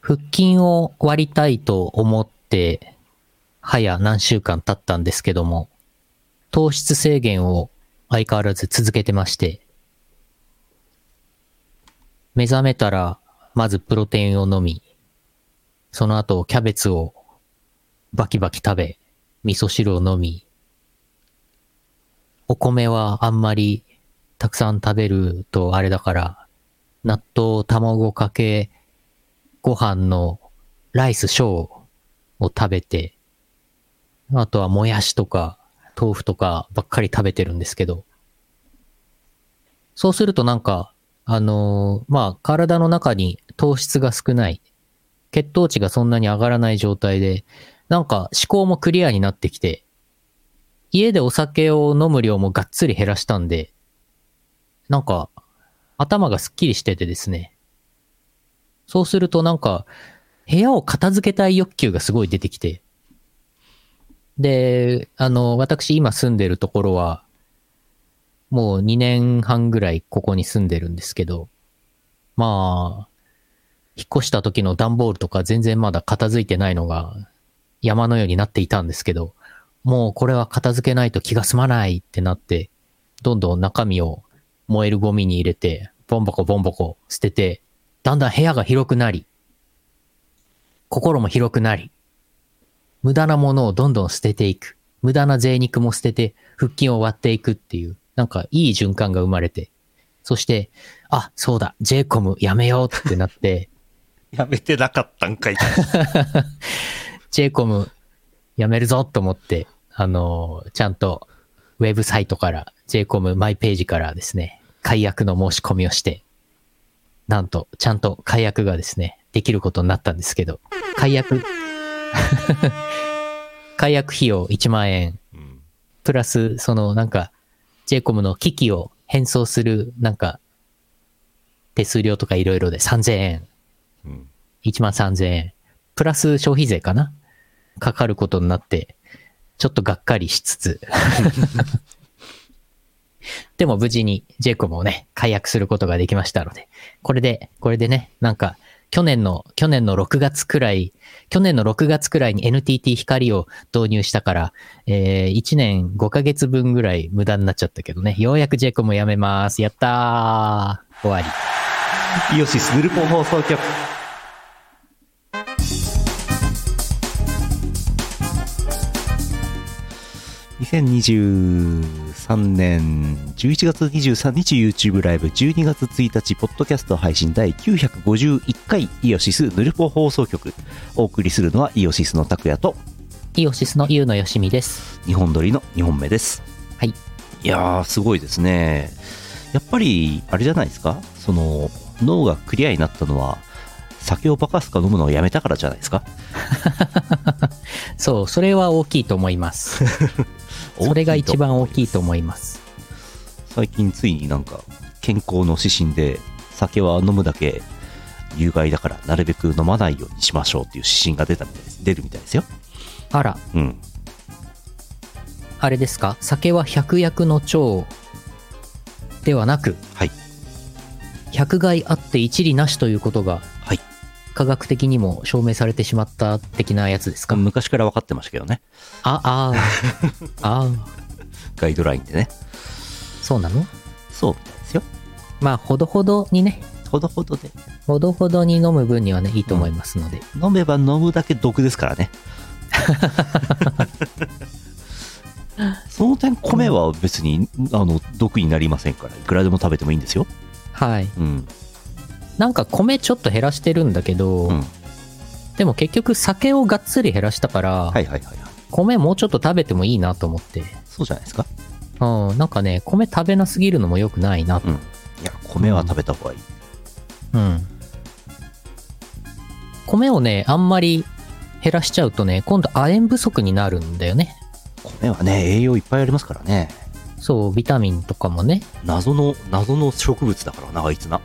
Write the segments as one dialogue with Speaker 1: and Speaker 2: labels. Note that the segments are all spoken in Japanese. Speaker 1: 腹筋を割りたいと思って、早何週間経ったんですけども、糖質制限を相変わらず続けてまして、目覚めたら、まずプロテインを飲み、その後キャベツをバキバキ食べ、味噌汁を飲み、お米はあんまりたくさん食べるとあれだから、納豆、卵かけ、ご飯のライス、ショーを食べて、あとはもやしとか豆腐とかばっかり食べてるんですけど、そうするとなんか、あのー、まあ、体の中に糖質が少ない、血糖値がそんなに上がらない状態で、なんか思考もクリアになってきて、家でお酒を飲む量もがっつり減らしたんで、なんか、頭がスッキリしててですね。そうするとなんか、部屋を片付けたい欲求がすごい出てきて。で、あの、私今住んでるところは、もう2年半ぐらいここに住んでるんですけど、まあ、引っ越した時の段ボールとか全然まだ片付いてないのが山のようになっていたんですけど、もうこれは片付けないと気が済まないってなって、どんどん中身を燃えるゴミに入れて、ボンボコボンボコ捨てて、だんだん部屋が広くなり、心も広くなり、無駄なものをどんどん捨てていく。無駄な贅肉も捨てて、腹筋を割っていくっていう、なんかいい循環が生まれて、そして、あ、そうだ、j イコムやめようってなって、
Speaker 2: やめてなかったんかい。
Speaker 1: j イコムやめるぞと思って、あのー、ちゃんとウェブサイトから、j イコムマイページからですね、解約の申し込みをして、なんと、ちゃんと解約がですね、できることになったんですけど、解約、 解約費用1万円、プラス、そのなんか、j イコムの機器を変装する、なんか、手数料とかいろいろで3000円、うん、1万3000円、プラス消費税かなかかることになって、ちょっとがっかりしつつ でも無事にジェイコムをね、解約することができましたので、これで、これでね、なんか、去年の、去年の6月くらい、去年の6月くらいに NTT 光を導入したから、えー、1年5ヶ月分ぐらい無駄になっちゃったけどね、ようやくジェイコムをやめます。やったー終わ
Speaker 2: り。イオシスヌルポ放送局。2023年11月23日 YouTube ライブ12月1日ポッドキャスト配信第951回イオシスヌルポ放送局お送りするのはイオシスの拓也と
Speaker 1: イオシスの優のよしみです
Speaker 2: 日本撮りの2本目です
Speaker 1: はい
Speaker 2: いやーすごいですねやっぱりあれじゃないですかその脳がクリアになったのは酒をバカすか飲むのをやめたからじゃないですか
Speaker 1: そうそれは大きいと思います それが一番大きいと思います
Speaker 2: 最近ついになんか健康の指針で酒は飲むだけ有害だからなるべく飲まないようにしましょうっていう指針が出たみたいです出るみたいですよ
Speaker 1: あら
Speaker 2: うん
Speaker 1: あれですか酒は百薬の長ではなく
Speaker 2: はい
Speaker 1: 百害あって一理なしということが
Speaker 2: はい
Speaker 1: 科学的にも証明されてしまった的なやつですか
Speaker 2: 昔から分かってましたけどね
Speaker 1: ああ ああ
Speaker 2: ガイドラインでね
Speaker 1: そうなの
Speaker 2: そうみたいですよ
Speaker 1: まあほどほどにね
Speaker 2: ほどほどで
Speaker 1: ほどほどに飲む分にはねいいと思いますので、
Speaker 2: うん、飲めば飲むだけ毒ですか らねその点米は別に、うん、あの毒になりませんからいくらでも食べてもいいんですよ
Speaker 1: はい、
Speaker 2: うん、
Speaker 1: なんか米ちょっと減らしてるんだけど、うん、でも結局酒をがっつり減らしたから、
Speaker 2: はいはいはいはい、
Speaker 1: 米もうちょっと食べてもいいなと思って。
Speaker 2: そうじゃないですか。
Speaker 1: うん、なんかね、米食べなすぎるのも良くないなと、
Speaker 2: うん、いや、米は食べた方がいい、
Speaker 1: うん。うん。米をね、あんまり減らしちゃうとね、今度亜鉛不足になるんだよね。
Speaker 2: 米はね、栄養いっぱいありますからね。
Speaker 1: そう、ビタミンとかもね。
Speaker 2: 謎の、謎の植物だからな、あいつな。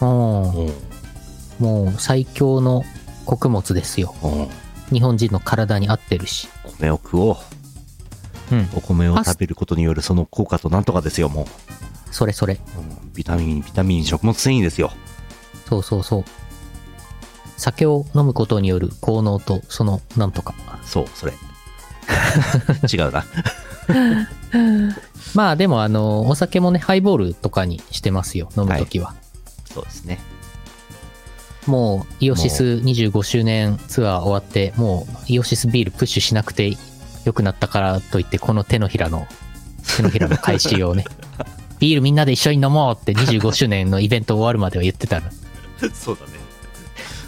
Speaker 1: うん、もう最強の穀物ですよ、、
Speaker 2: うん
Speaker 1: 日本人の体に合ってるし
Speaker 2: 米を食おう、
Speaker 1: うん、
Speaker 2: お米を食べることによるその効果となんとかですよも
Speaker 1: うそれそれ、
Speaker 2: うん、ビタミンビタミン食物繊維ですよ
Speaker 1: そうそうそう酒を飲むことによる効能とそのなんとか。
Speaker 2: そう、それ。 違うな。
Speaker 1: まあでもあの、お酒もね、ハイボールとかにしてますよ、飲むときは。
Speaker 2: そうですね。
Speaker 1: もう、イオシス25周年ツアー終わって、もう、イオシスビールプッシュしなくて良くなったからといって、この手のひら の、手のひらの開始をね、ビールみんなで一緒に飲もうって25周年のイベント終わるまでは言ってたら、
Speaker 2: そうだね。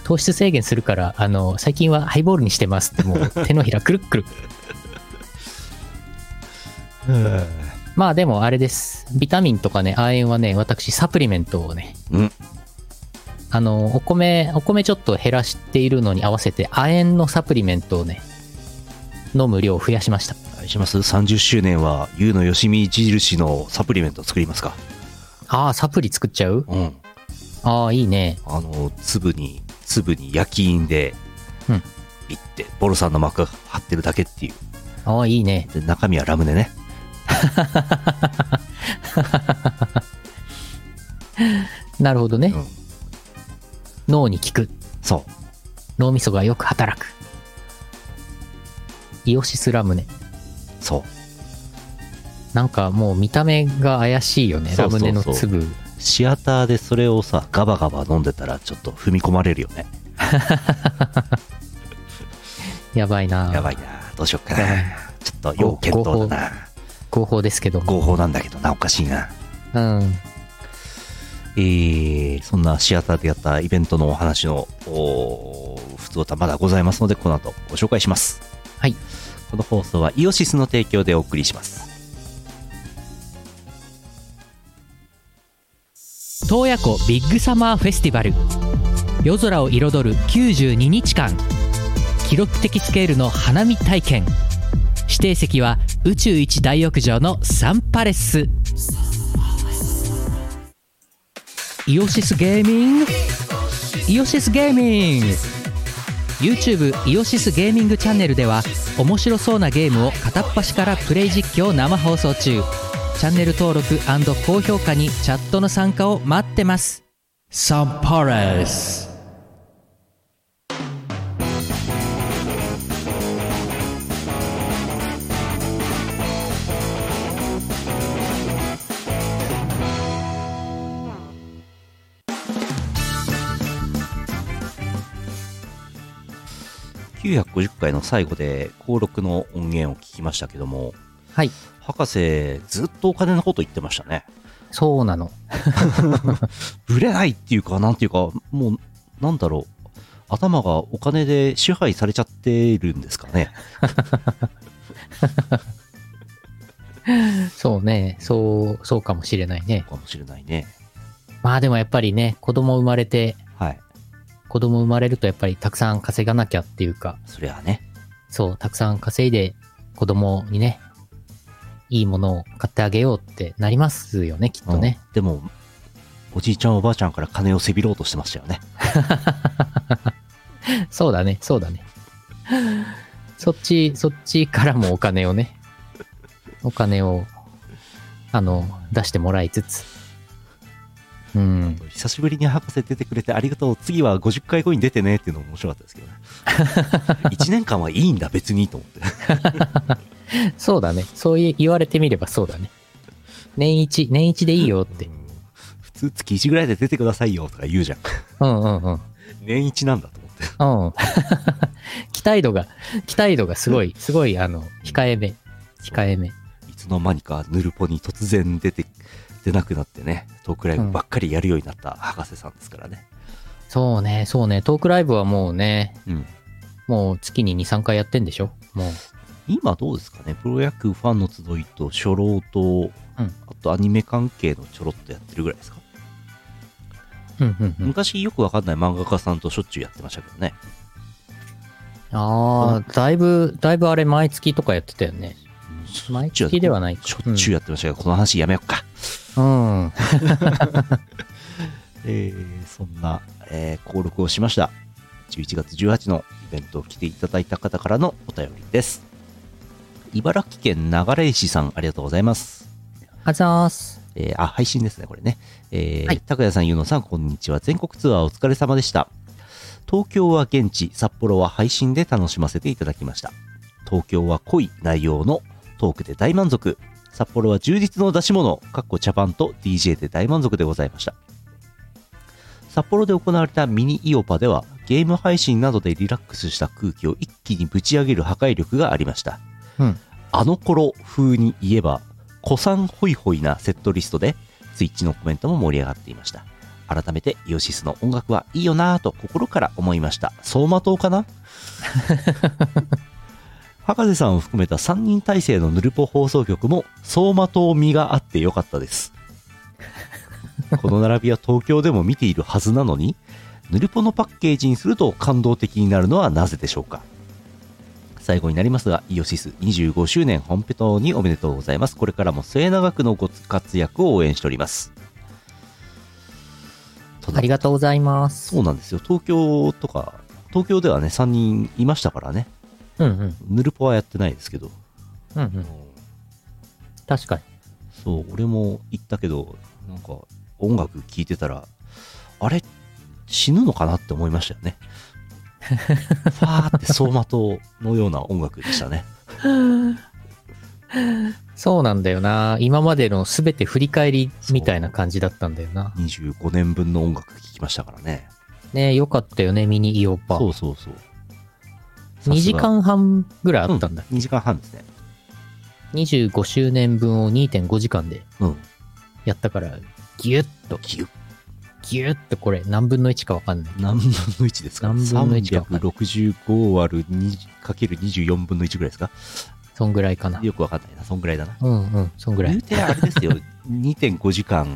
Speaker 1: 糖質制限するから、あの、最近はハイボールにしてますって、もう手のひらくるっくる。 まあでもあれです。ビタミンとかね、亜鉛はね、私サプリメントをね、
Speaker 2: うん
Speaker 1: あの、お米、お米ちょっと減らしているのに合わせて、亜鉛のサプリメントをね、飲む量を増やしました。
Speaker 2: 愛します30周年は、ゆうのよしみ印のサプリメント作りますか。
Speaker 1: ああ、サプリ作っちゃう
Speaker 2: うん。
Speaker 1: ああ、いいね。
Speaker 2: あの、粒に、粒に焼き印で、
Speaker 1: うん
Speaker 2: ピッて、ボロさんの膜が張ってるだけっていう。
Speaker 1: ああ、いいね。
Speaker 2: で、中身はラムネね。
Speaker 1: なるほどね
Speaker 2: う。ん。
Speaker 1: 脳に効く。
Speaker 2: そう。
Speaker 1: 脳みそがよく働く。イオシスラムネ。
Speaker 2: そう。
Speaker 1: なんかもう見た目が怪しいよね。
Speaker 2: そう
Speaker 1: ラ
Speaker 2: そうそう
Speaker 1: ムネの粒。
Speaker 2: シアターでそれをさ、ガバガバ飲んでたら、ちょっと踏み込まれるよね。
Speaker 1: やばいな。
Speaker 2: やばいな。どうしよっかな
Speaker 1: やばい。
Speaker 2: ちょっと要検討だな。
Speaker 1: 合法ですけども。
Speaker 2: 合法なんだけどな、おかしいな。
Speaker 1: うん。
Speaker 2: えー、そんなシアターでやったイベントのお話の、おー普通歌まだございますので、この後ご紹介します。
Speaker 1: はい。
Speaker 2: この放送はイオシスの提供でお送りします。
Speaker 1: 洞爺湖ビッグサマーフェスティバル夜空を彩る92日間記録的スケールの花見体験指定席は宇宙一大浴場のサンパレスイオシスゲーミングイオシスゲーミング YouTube イオシスゲーミングチャンネルでは面白そうなゲームを片っ端からプレイ実況生放送中チャンネル登録高評価にチャットの参加を待ってますサンパレス
Speaker 2: 950回の最後で、登録の音源を聞きましたけども、
Speaker 1: はい
Speaker 2: 博士、ずっとお金のこと言ってましたね。
Speaker 1: そうなの
Speaker 2: ぶれないっていうか、なんていうか、もう、なんだろう。頭がお金で支配されちゃってるんですかね。
Speaker 1: そうねそうそうかもしれないね
Speaker 2: かもしれないね。
Speaker 1: まあでもやっぱりね子供生まれて
Speaker 2: はい。
Speaker 1: 子供生まれるとやっぱりたくさん稼がなきゃっていうか
Speaker 2: そりゃあね。
Speaker 1: そうたくさん稼いで子供にねいいものを買ってあげようってなりますよねきっとね、
Speaker 2: うんでも、おじいちゃんおばあちゃんから金をせびろうとしてましたよね。
Speaker 1: そうだねそうだねそっちそっちからもお金をねお金をあの出してもらいつつうん
Speaker 2: 久しぶりに博士出てくれてありがとう。次は50回後に出てねっていうのも面白かったですけどね。1年 間はいいんだ、別にと思って。
Speaker 1: そうだねそうい言われてみればそうだね年一年一でいいよっ
Speaker 2: う
Speaker 1: て
Speaker 2: ん普通月1ぐらいで出てくださいよとか言うじゃん。
Speaker 1: うんうんうん
Speaker 2: 年1なんだと思って。
Speaker 1: うん 期待度が期待度がすごいすごいあの控えめ控えめ
Speaker 2: いつの間にかヌルポに突然出て、出なくなってね、トークライブばっかりやるようになった博士さんですからね。
Speaker 1: そうねそうねトークライブはもうね
Speaker 2: うん
Speaker 1: もう月に23回やってんでしょもう
Speaker 2: 今どうですかね、プロ野球ファンの集いと初老と、あとアニメ関係のちょろっとやってるぐらいですか。
Speaker 1: うんうんうん
Speaker 2: 昔よくわかんない漫画家さんとしょっちゅうやってましたけどね。
Speaker 1: ああ、だいぶ、だいぶあれ、毎月とかやってたよね。毎
Speaker 2: しょっちゅう
Speaker 1: 月ではないか。
Speaker 2: しょっちゅうやってましたけど、この話やめよっか。
Speaker 1: うん。うん。
Speaker 2: えーそんな、えー登録をしました。11月18のイベントを来ていただいた方からのお便りです。茨城県流石さん、ありがとうございます。
Speaker 1: あざーす。
Speaker 2: えーあ、配信ですね、これね。えー
Speaker 1: はい
Speaker 2: 拓也さん、ゆうのさん、こんにちは。全国ツアーお疲れ様でした。東京は現地、札幌は配信で楽しませていただきました。東京は濃い内容のトークで大満足。札幌は充実の出し物、かっこ茶パンと DJ で大満足でございました。札幌で行われたミニイオパでは、ゲーム配信などでリラックスした空気を一気にぶち上げる破壊力がありました。
Speaker 1: うん。
Speaker 2: あの頃風に言えば、古参ホイホイなセットリストで、ツイッチのコメントも盛り上がっていました。改めて、イオシスの音楽はいいよなぁと心から思いました。走馬灯かな博士さんを含めた3人体制のヌルポ放送局も、走馬灯味があってよかった です。この並びは東京でも見ているはずなのに、ヌルポのパッケージにすると感動的になるのはなぜでしょうか最後になりますが、イオシス25周年本編当におめでとうございます。これからも末永くのご活躍を応援しております。
Speaker 1: ありがとうございます。
Speaker 2: そうなんですよ。東京とか、東京ではね、3人いましたからね。
Speaker 1: うんうん。
Speaker 2: ヌルポはやってないですけど。
Speaker 1: うんうん。確かに。
Speaker 2: そう、俺も行ったけど、なんか音楽聴いてたら、あれ、死ぬのかなって思いましたよ ね。ファーって走馬灯のような音楽でしたね。
Speaker 1: そうなんだよな。今までの全て振り返りみたいな感じだったんだよな。
Speaker 2: 25年分の音楽聴きましたからね。
Speaker 1: ねよかったよね、ミニイオパ。
Speaker 2: そうそうそう。
Speaker 1: 2時間半ぐらいあったんだ。
Speaker 2: 2時間半ですね。
Speaker 1: 25周年分を2.5時間で
Speaker 2: うん。
Speaker 1: やったから、ギュッと、
Speaker 2: ギュッ
Speaker 1: ギュッとこれ何分の1かわかんない。
Speaker 2: 何分の1ですか
Speaker 1: 何分の一か
Speaker 2: 365割る2かける24分の1ぐらいですか
Speaker 1: そんぐらいかな。
Speaker 2: よくわかんないな。そんぐらいだな。
Speaker 1: うんうん、そんぐら
Speaker 2: 言う
Speaker 1: い。
Speaker 2: てあれですよ。2.5時間、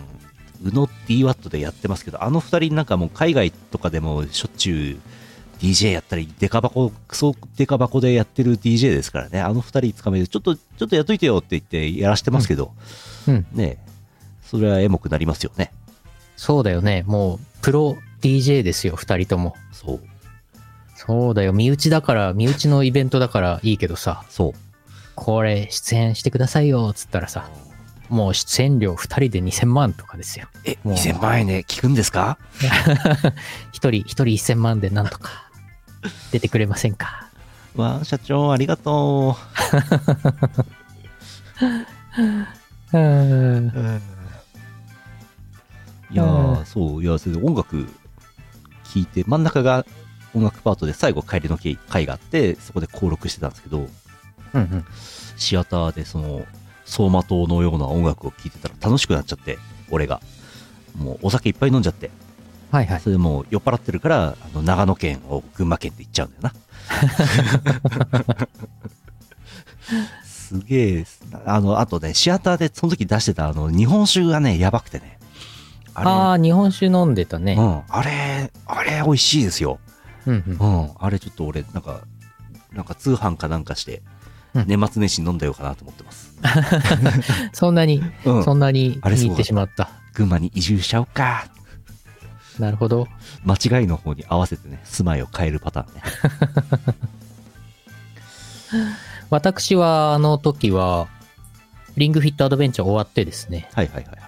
Speaker 2: 宇野 DWAT でやってますけど、あの二人なんかもう海外とかでもしょっちゅう DJ やったり、デカ箱、クソデカ箱でやってる DJ ですからね。あの二人つかめて、ちょっと、ちょっとやっといてよって言ってやらしてますけど、
Speaker 1: うん、
Speaker 2: ねえそれはエモくなりますよね。
Speaker 1: そうだよね。もう、プロ DJ ですよ、二人とも。
Speaker 2: そう。
Speaker 1: そうだよ。身内だから、身内のイベントだからいいけどさ、
Speaker 2: そう。
Speaker 1: これ出演してくださいよ、つったらさ、もう出演料二人で2000万とかですよ。
Speaker 2: え、
Speaker 1: もう
Speaker 2: 2000万円で聞くんですか
Speaker 1: 一人、一人1000万でなんとか、出てくれませんか。
Speaker 2: わあ、社長、ありがと
Speaker 1: うーん。
Speaker 2: う。いやー、そう、いや、それで音楽聴いて、真ん中が音楽パートで、最後、帰りの会会があって、そこで登録してたんですけど、
Speaker 1: うんうん。
Speaker 2: シアターで、その、走馬灯のような音楽を聴いてたら楽しくなっちゃって、俺が。もう、お酒いっぱい飲んじゃって。
Speaker 1: はいはい。
Speaker 2: それでもう酔っ払ってるから、あの長野県を群馬県って言っちゃうんだよな。すげえ、あの、あとね、シアターでその時出してたあの、日本酒がね、やばくてね。
Speaker 1: あ
Speaker 2: あ
Speaker 1: あー、日本酒飲んでた
Speaker 2: れ、
Speaker 1: ね
Speaker 2: う。ん、あれ、あれ美味しいですよ。
Speaker 1: うんうん
Speaker 2: う。ん、あれちょっと俺、なんか、なんか通販かなんかして、
Speaker 1: うん
Speaker 2: 年末年始に飲んだようかなと思ってます。
Speaker 1: そんなに、
Speaker 2: うん、
Speaker 1: そんなに
Speaker 2: あれ
Speaker 1: 気
Speaker 2: そうだ
Speaker 1: に入ってしまった。
Speaker 2: 群馬に移住しちゃおうか。
Speaker 1: なるほど。
Speaker 2: 間違いの方に合わせてね、住まいを変えるパターンね。
Speaker 1: 私は、あの時は、リングフィットアドベンチャー終わってですね、
Speaker 2: はいはいはいはい。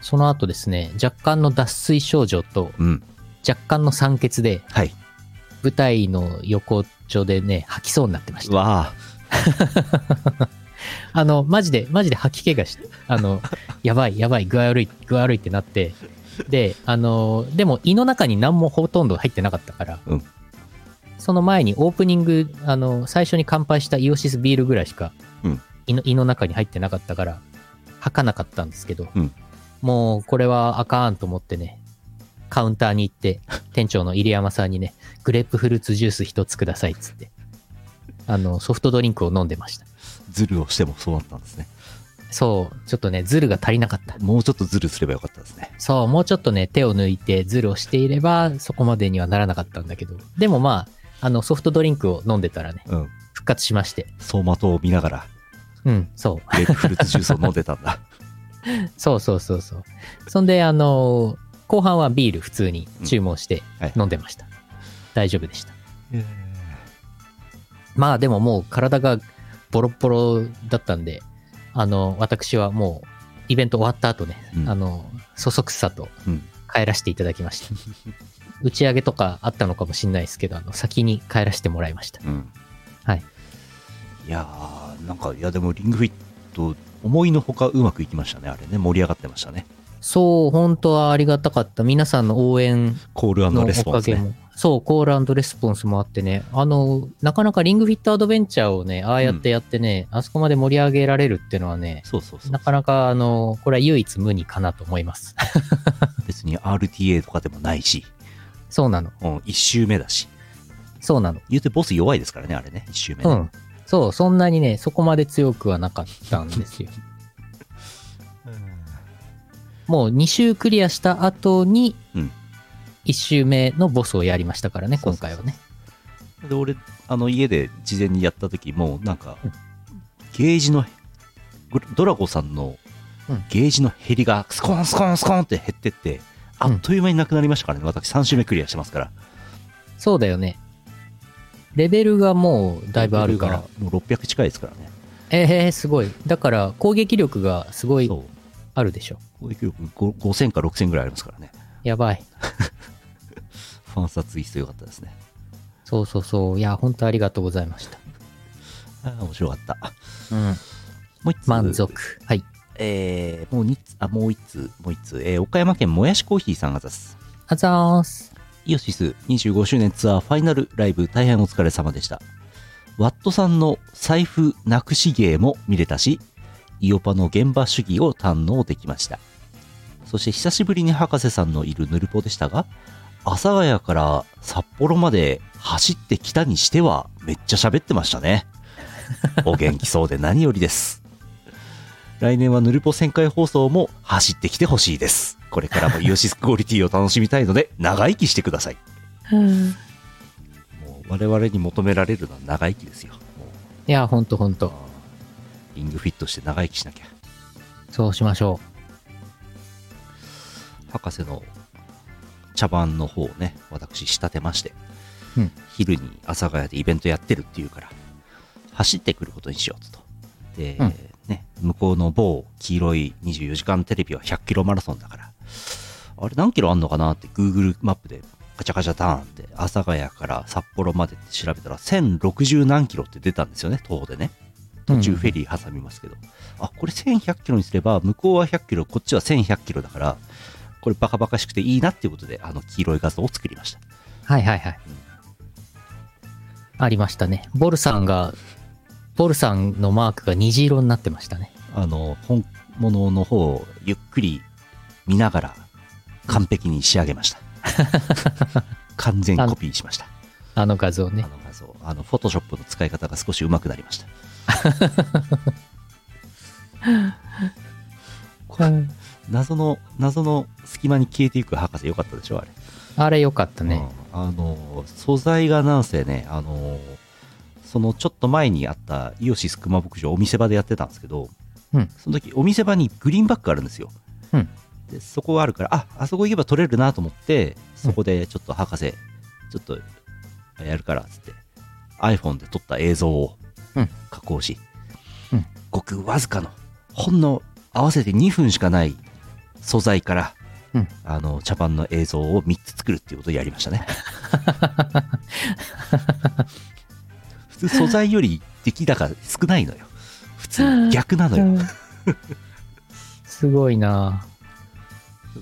Speaker 1: その後ですね、若干の脱水症状と
Speaker 2: うん、
Speaker 1: 若干の酸欠で、
Speaker 2: はい。
Speaker 1: 舞台の横っちょでね、吐きそうになってました。
Speaker 2: わあ。
Speaker 1: あの、マジで、マジで吐き気がして、あの、 やばい、やばい、具合悪い、具合悪いってなって、で、あの、でも胃の中に何もほとんど入ってなかったから、
Speaker 2: うん
Speaker 1: その前にオープニング、あの、最初に乾杯したイオシスビールぐらいしか、
Speaker 2: うん
Speaker 1: 胃の胃の中に入ってなかったから、吐かなかったんですけど、
Speaker 2: うん
Speaker 1: もうこれはあかんと思ってね、カウンターに行って、店長の入山さんにね、グレープフルーツジュース一つくださいっつって、あの、ソフトドリンクを飲んでました。
Speaker 2: ズルをしてもそうなったんですね。
Speaker 1: そう、ちょっとね、ズルが足りなかった。
Speaker 2: もうちょっとズルすればよかったですね。
Speaker 1: そう、もうちょっとね、手を抜いてズルをしていれば、そこまでにはならなかったんだけど。でもまあ、あの、ソフトドリンクを飲んでたらね、
Speaker 2: うん。
Speaker 1: 復活しまして。
Speaker 2: 走馬灯を見ながら、
Speaker 1: うん、そ
Speaker 2: グレープフルーツジュースを飲んでたんだ。
Speaker 1: う。そうそうそうそう。そんで、あのー後半はビール普通に注文して
Speaker 2: うんはい
Speaker 1: 飲んでました。大丈夫でした。まあでももう体がボロッボロだったんで、あの、私はもう、イベント終わった後ね、
Speaker 2: うん
Speaker 1: あの、そそくさと
Speaker 2: うん。
Speaker 1: 帰らせていただきました。 打ち上げとかあったのかもしれないですけど、あの、先に帰らせてもらいました。
Speaker 2: うん
Speaker 1: はい。
Speaker 2: いやーなんかいやでもリングフィット思いのほかうまくいきましたねあれね盛り上がってましたね
Speaker 1: そう、本当はありがたかった。皆さんの応援
Speaker 2: コー
Speaker 1: の
Speaker 2: ルレス
Speaker 1: お
Speaker 2: ポ
Speaker 1: か
Speaker 2: ンス
Speaker 1: げ
Speaker 2: ね
Speaker 1: も。そう、コールレスポンスもあってね、あの、なかなかリングフィットアドベンチャーをね、ああやってやってね、あそこまで盛り上げられるっていうのはね、
Speaker 2: そうそうそう
Speaker 1: なかなか、あの、これは唯一無二かなと思います。
Speaker 2: 別に RTA とかでもないし、
Speaker 1: そうなの。
Speaker 2: うん、1周目だし
Speaker 1: そうなの。
Speaker 2: 言うてボス弱いですからねあれね1周目ね、
Speaker 1: うん。そう、そんなにね、そこまで強くはなかったんですよ。もう2周クリアした後に
Speaker 2: うん、
Speaker 1: 1周目のボスをやりましたからね、
Speaker 2: そう
Speaker 1: 今
Speaker 2: そう
Speaker 1: 回
Speaker 2: そう
Speaker 1: はね。
Speaker 2: で俺あの家で事前にやった時もうなんか、
Speaker 1: うん
Speaker 2: ゲージのグラドラゴさんの
Speaker 1: うん
Speaker 2: ゲージの減りがスコーンスコーンスコーンって減ってってあっという間になくなりましたからね、私3周目クリアしてますから
Speaker 1: そうだよね。レベルがもうだいぶあるから
Speaker 2: レ。ベルがもう600近いですからね
Speaker 1: ええすごい。だから攻撃力がすごい
Speaker 2: そう
Speaker 1: あるでしょ。
Speaker 2: 攻撃力ご5000か6000ぐらいありますからね
Speaker 1: やばい。
Speaker 2: ファンサツイスト良かったですね
Speaker 1: そうそうそう。いや、本当ありがとうございました。
Speaker 2: あー面白かった
Speaker 1: うん。
Speaker 2: もう一つ
Speaker 1: 満足。はい。
Speaker 2: えーもう2つあもう1つもう一つ、えー岡山県もやしコーヒーさんが出す
Speaker 1: あざーす。
Speaker 2: イオシス25周年ツアーファイナルライブ大変お疲れ様でした。ワットさんの財布なくし芸も見れたし、イオパの現場主義を堪能できました。そして久しぶりに博士さんのいるヌルポでしたが、阿佐ヶ谷から札幌まで走ってきたにしてはめっちゃ喋ってましたね。お元気そうで何よりです。来年はヌルポ旋回放送も走ってきてほしいです。これからもイオシスクオリティを楽しみたいので 長生きしてください。もう我々に求められるのは長生きですよ。も
Speaker 1: いや、ほんとほん
Speaker 2: う
Speaker 1: と。
Speaker 2: リングフィットして長生きしなきゃ。
Speaker 1: そうしましょ
Speaker 2: 博士の茶番の方をね、私仕立てまして、
Speaker 1: うん
Speaker 2: 昼に阿佐ヶ谷でイベントやってるっていうから、走ってくることにしようと。で、
Speaker 1: うん
Speaker 2: ね、向こうの某黄色い24時間テレビは100キロマラソンだから、あれ何キロあんのかなって Google マップでガチャガチャターンって、阿佐ヶ谷から札幌までって調べたら1060何キロって出たんですよね、徒歩でね。
Speaker 1: う。
Speaker 2: 途中フェ
Speaker 1: リ
Speaker 2: リー挟みますけど、あこれ1100キロにすれば向こうは100キロこっちは1100キロだからこれバカバカしくていいなっていうことであの黄色い画像を作りました
Speaker 1: はいはいはい。ありましたね。ボルさんが、ボルさんのマークが虹色になってましたね。
Speaker 2: あの本物の方をゆっくり見ながら完璧に仕上げました 完全コピーしました
Speaker 1: あの画像
Speaker 2: あ
Speaker 1: ね
Speaker 2: の。画像あのフォトショップの使い方が少し上手くなりました謎の謎の隙間に消えていく博士よかったでしょあれ
Speaker 1: あれよかったね。
Speaker 2: うんあの素材がなんせねあのそのちょっと前にあったイオシスクマ牧場お店場でやってたんですけど、
Speaker 1: うん
Speaker 2: その時お店場にグリーンバックあるんですよ、
Speaker 1: うん
Speaker 2: でそこがあるからああそこ行けば取れるなと思ってそこでちょっと博士、ちょっとやるからっつって iPhone で撮った映像を
Speaker 1: うん
Speaker 2: 加工し、
Speaker 1: うん
Speaker 2: ごくわずかのほんの合わせて2分しかない素材から、
Speaker 1: うん
Speaker 2: あの茶番の映像を3つ作るっていうことをやりまし たね普通素材より出来高少ないのよ普通逆なのよ、
Speaker 1: すごいな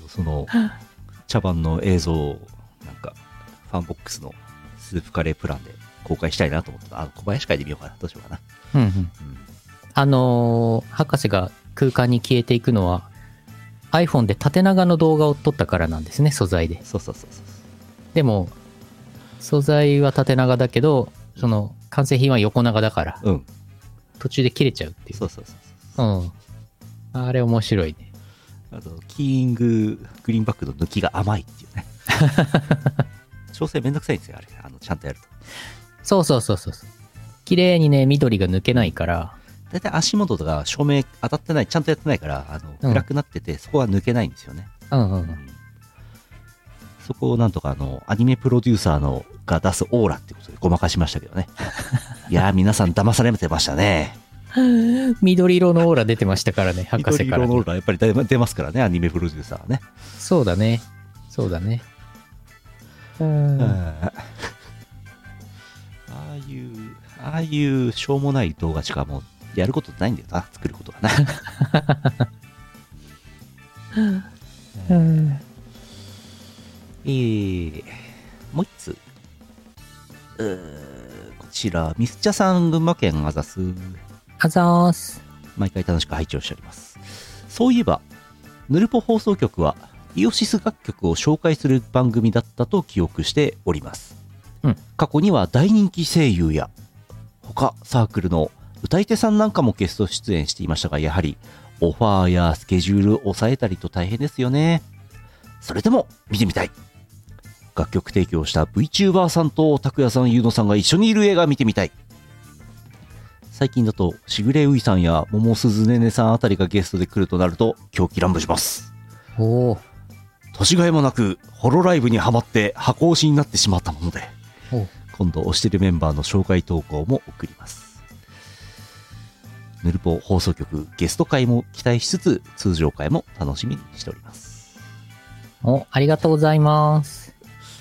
Speaker 2: その茶番の映像をなんかファンボックスのスープカレープランで公開したいなと思ってたあの小林会で見ようかなどうしようかな、
Speaker 1: うんうん。
Speaker 2: うん
Speaker 1: あのー博士が空間に消えていくのは、iPhone で縦長の動画を撮ったからなんですね、素材で。
Speaker 2: そうそうそうそう
Speaker 1: でも、素材は縦長だけど、その、完成品は横長だから、
Speaker 2: うん
Speaker 1: 途中で切れちゃうっていう。
Speaker 2: そうそうそう
Speaker 1: うん。あれ面白いね。
Speaker 2: あとキーインググリーンバックの抜きが甘いってい うね調整めんどくさいんですよあれあのちゃんとやると
Speaker 1: そうそうそうそうそう。綺麗にね、緑が抜けないから、
Speaker 2: 大体足元とか照明当たってないちゃんとやってないからあの
Speaker 1: うん
Speaker 2: 暗くなってて、そこは抜けないんですよね、
Speaker 1: うんう
Speaker 2: うんんそこをなんとかあのアニメプロデューサーのが出すオーラってことでごまかしましたけ どねいやー皆さん騙されてましたね
Speaker 1: うん。緑色のオーラ出てましてましたからね、博士から
Speaker 2: 緑色のオ
Speaker 1: ね。
Speaker 2: ーラやっぱり出ま出ますからねアニメプロデューサーはね
Speaker 1: そうだね。そうだね。
Speaker 2: ああいう、ああいうしょうもない動画しかもうやることないんだよな、作ることがな。
Speaker 1: うん。
Speaker 2: えー、もう一つ。うーこちら、ミスチャさん、群馬県あざす。
Speaker 1: あざーす。
Speaker 2: 毎回楽しく拝聴しております。そういえば、ヌルポ放送局は、イオシス楽曲を紹介する番組だったと記憶しております。
Speaker 1: うん
Speaker 2: 過去には大人気声優や、他サークルの歌い手さんなんかもゲスト出演していましたが、やはり、オファーやスケジュールを抑えたりと大変ですよね。それでも、見てみたい。楽曲提供した VTuber さんと拓也さん、ゆうのさんが一緒にいる映画見てみたい。最近だと、しぐれういさんや桃鈴ねねさんあたりがゲストで来るとなると、狂気乱舞します。
Speaker 1: おー
Speaker 2: 年がいもなく、ホロライブにはまって箱押しになってしまったもので、
Speaker 1: お。
Speaker 2: 今度推してるメンバーの紹介投稿も送ります。ヌルポ放送局ゲスト会も期待しつつ、通常会も楽しみにしております。
Speaker 1: お、ありがとうございます。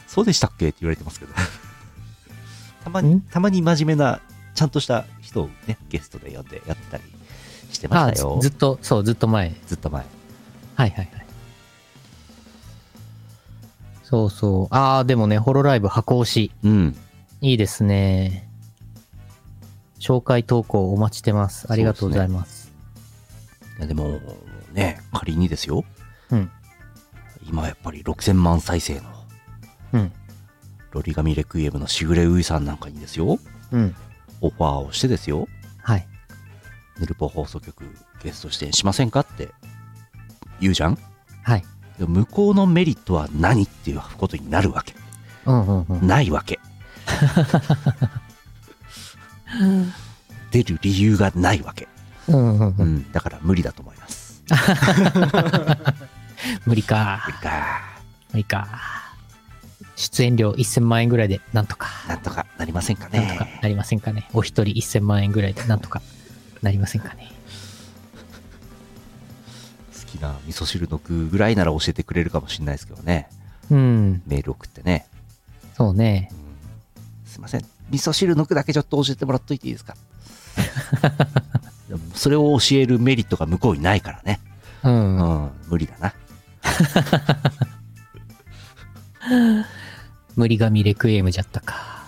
Speaker 2: そうでしたっけって言われてますけど。 たまに、たまに真面目な、ちゃんとした人をね、ゲストで呼んでやったりして
Speaker 1: あ
Speaker 2: ました
Speaker 1: ず
Speaker 2: よ。
Speaker 1: ずっと、そう、ずっと前。
Speaker 2: ずっと前。
Speaker 1: はいはいはい。そうそう。ああ、でもね、ホロライブ箱押し。
Speaker 2: うん。
Speaker 1: いいですね。紹介投稿お待ちしてます。ありがとうございます。
Speaker 2: いやでも、ね、仮にですよ。
Speaker 1: うん
Speaker 2: 今やっぱり6000万再生の
Speaker 1: うん。
Speaker 2: ロリガミレクイエムのしぐれういさんなんかにですよ。
Speaker 1: うん。
Speaker 2: オファーをしてですよ。
Speaker 1: はい。
Speaker 2: ヌルポ放送局ゲスト出演しませんかって言うじゃん
Speaker 1: はい。
Speaker 2: でも向こうのメリットは何っていうことになるわけ。
Speaker 1: うんうんうん。
Speaker 2: ないわ け。出る理由がないわけ。
Speaker 1: うんうん
Speaker 2: う
Speaker 1: うん。
Speaker 2: ん。だから無理だと思います。
Speaker 1: 無理か
Speaker 2: 無。理か。
Speaker 1: 無理か。出演料1000万円ぐらいでなんとか、
Speaker 2: なんとかなりませんか
Speaker 1: なんとか
Speaker 2: ね。
Speaker 1: なりませんかね。お一人1000万円ぐらいでなんとかなりませんかね。
Speaker 2: 好きな味噌汁の具ぐらいなら教えてくれるかもしれないですけどね。
Speaker 1: うん。
Speaker 2: メール送ってね。
Speaker 1: そうね。
Speaker 2: すいません味噌汁の具だけちょっと教えてもらっといていい ですかでもそれを教えるメリットが向こうにないからね
Speaker 1: う。
Speaker 2: うんん無理だな
Speaker 1: 無理神レクイエムじゃったか。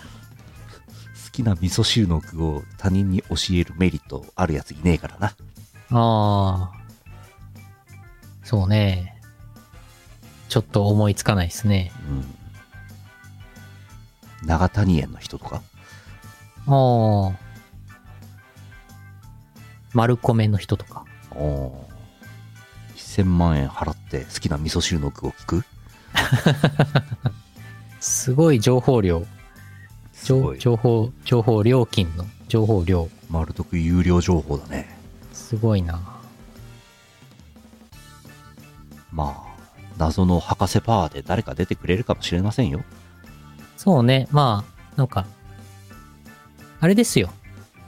Speaker 2: 好きな味噌汁の具を他人に教えるメリットあるやついねえからな
Speaker 1: ああ。そうね。ちょっと思いつかないですね。
Speaker 2: うん長谷園の人とか
Speaker 1: ああ。丸米の人とか。
Speaker 2: あー1000万円払って好きな味噌汁の具を聞く
Speaker 1: すごい情報量。
Speaker 2: す
Speaker 1: 情
Speaker 2: ごい
Speaker 1: 情報、情報料金の情報量。
Speaker 2: 丸得有料情報だね
Speaker 1: すごいな。
Speaker 2: まあ謎の博士パワーで誰か出てくれるかもしれませんよ
Speaker 1: そうね。まあ、なんか、あれですよ。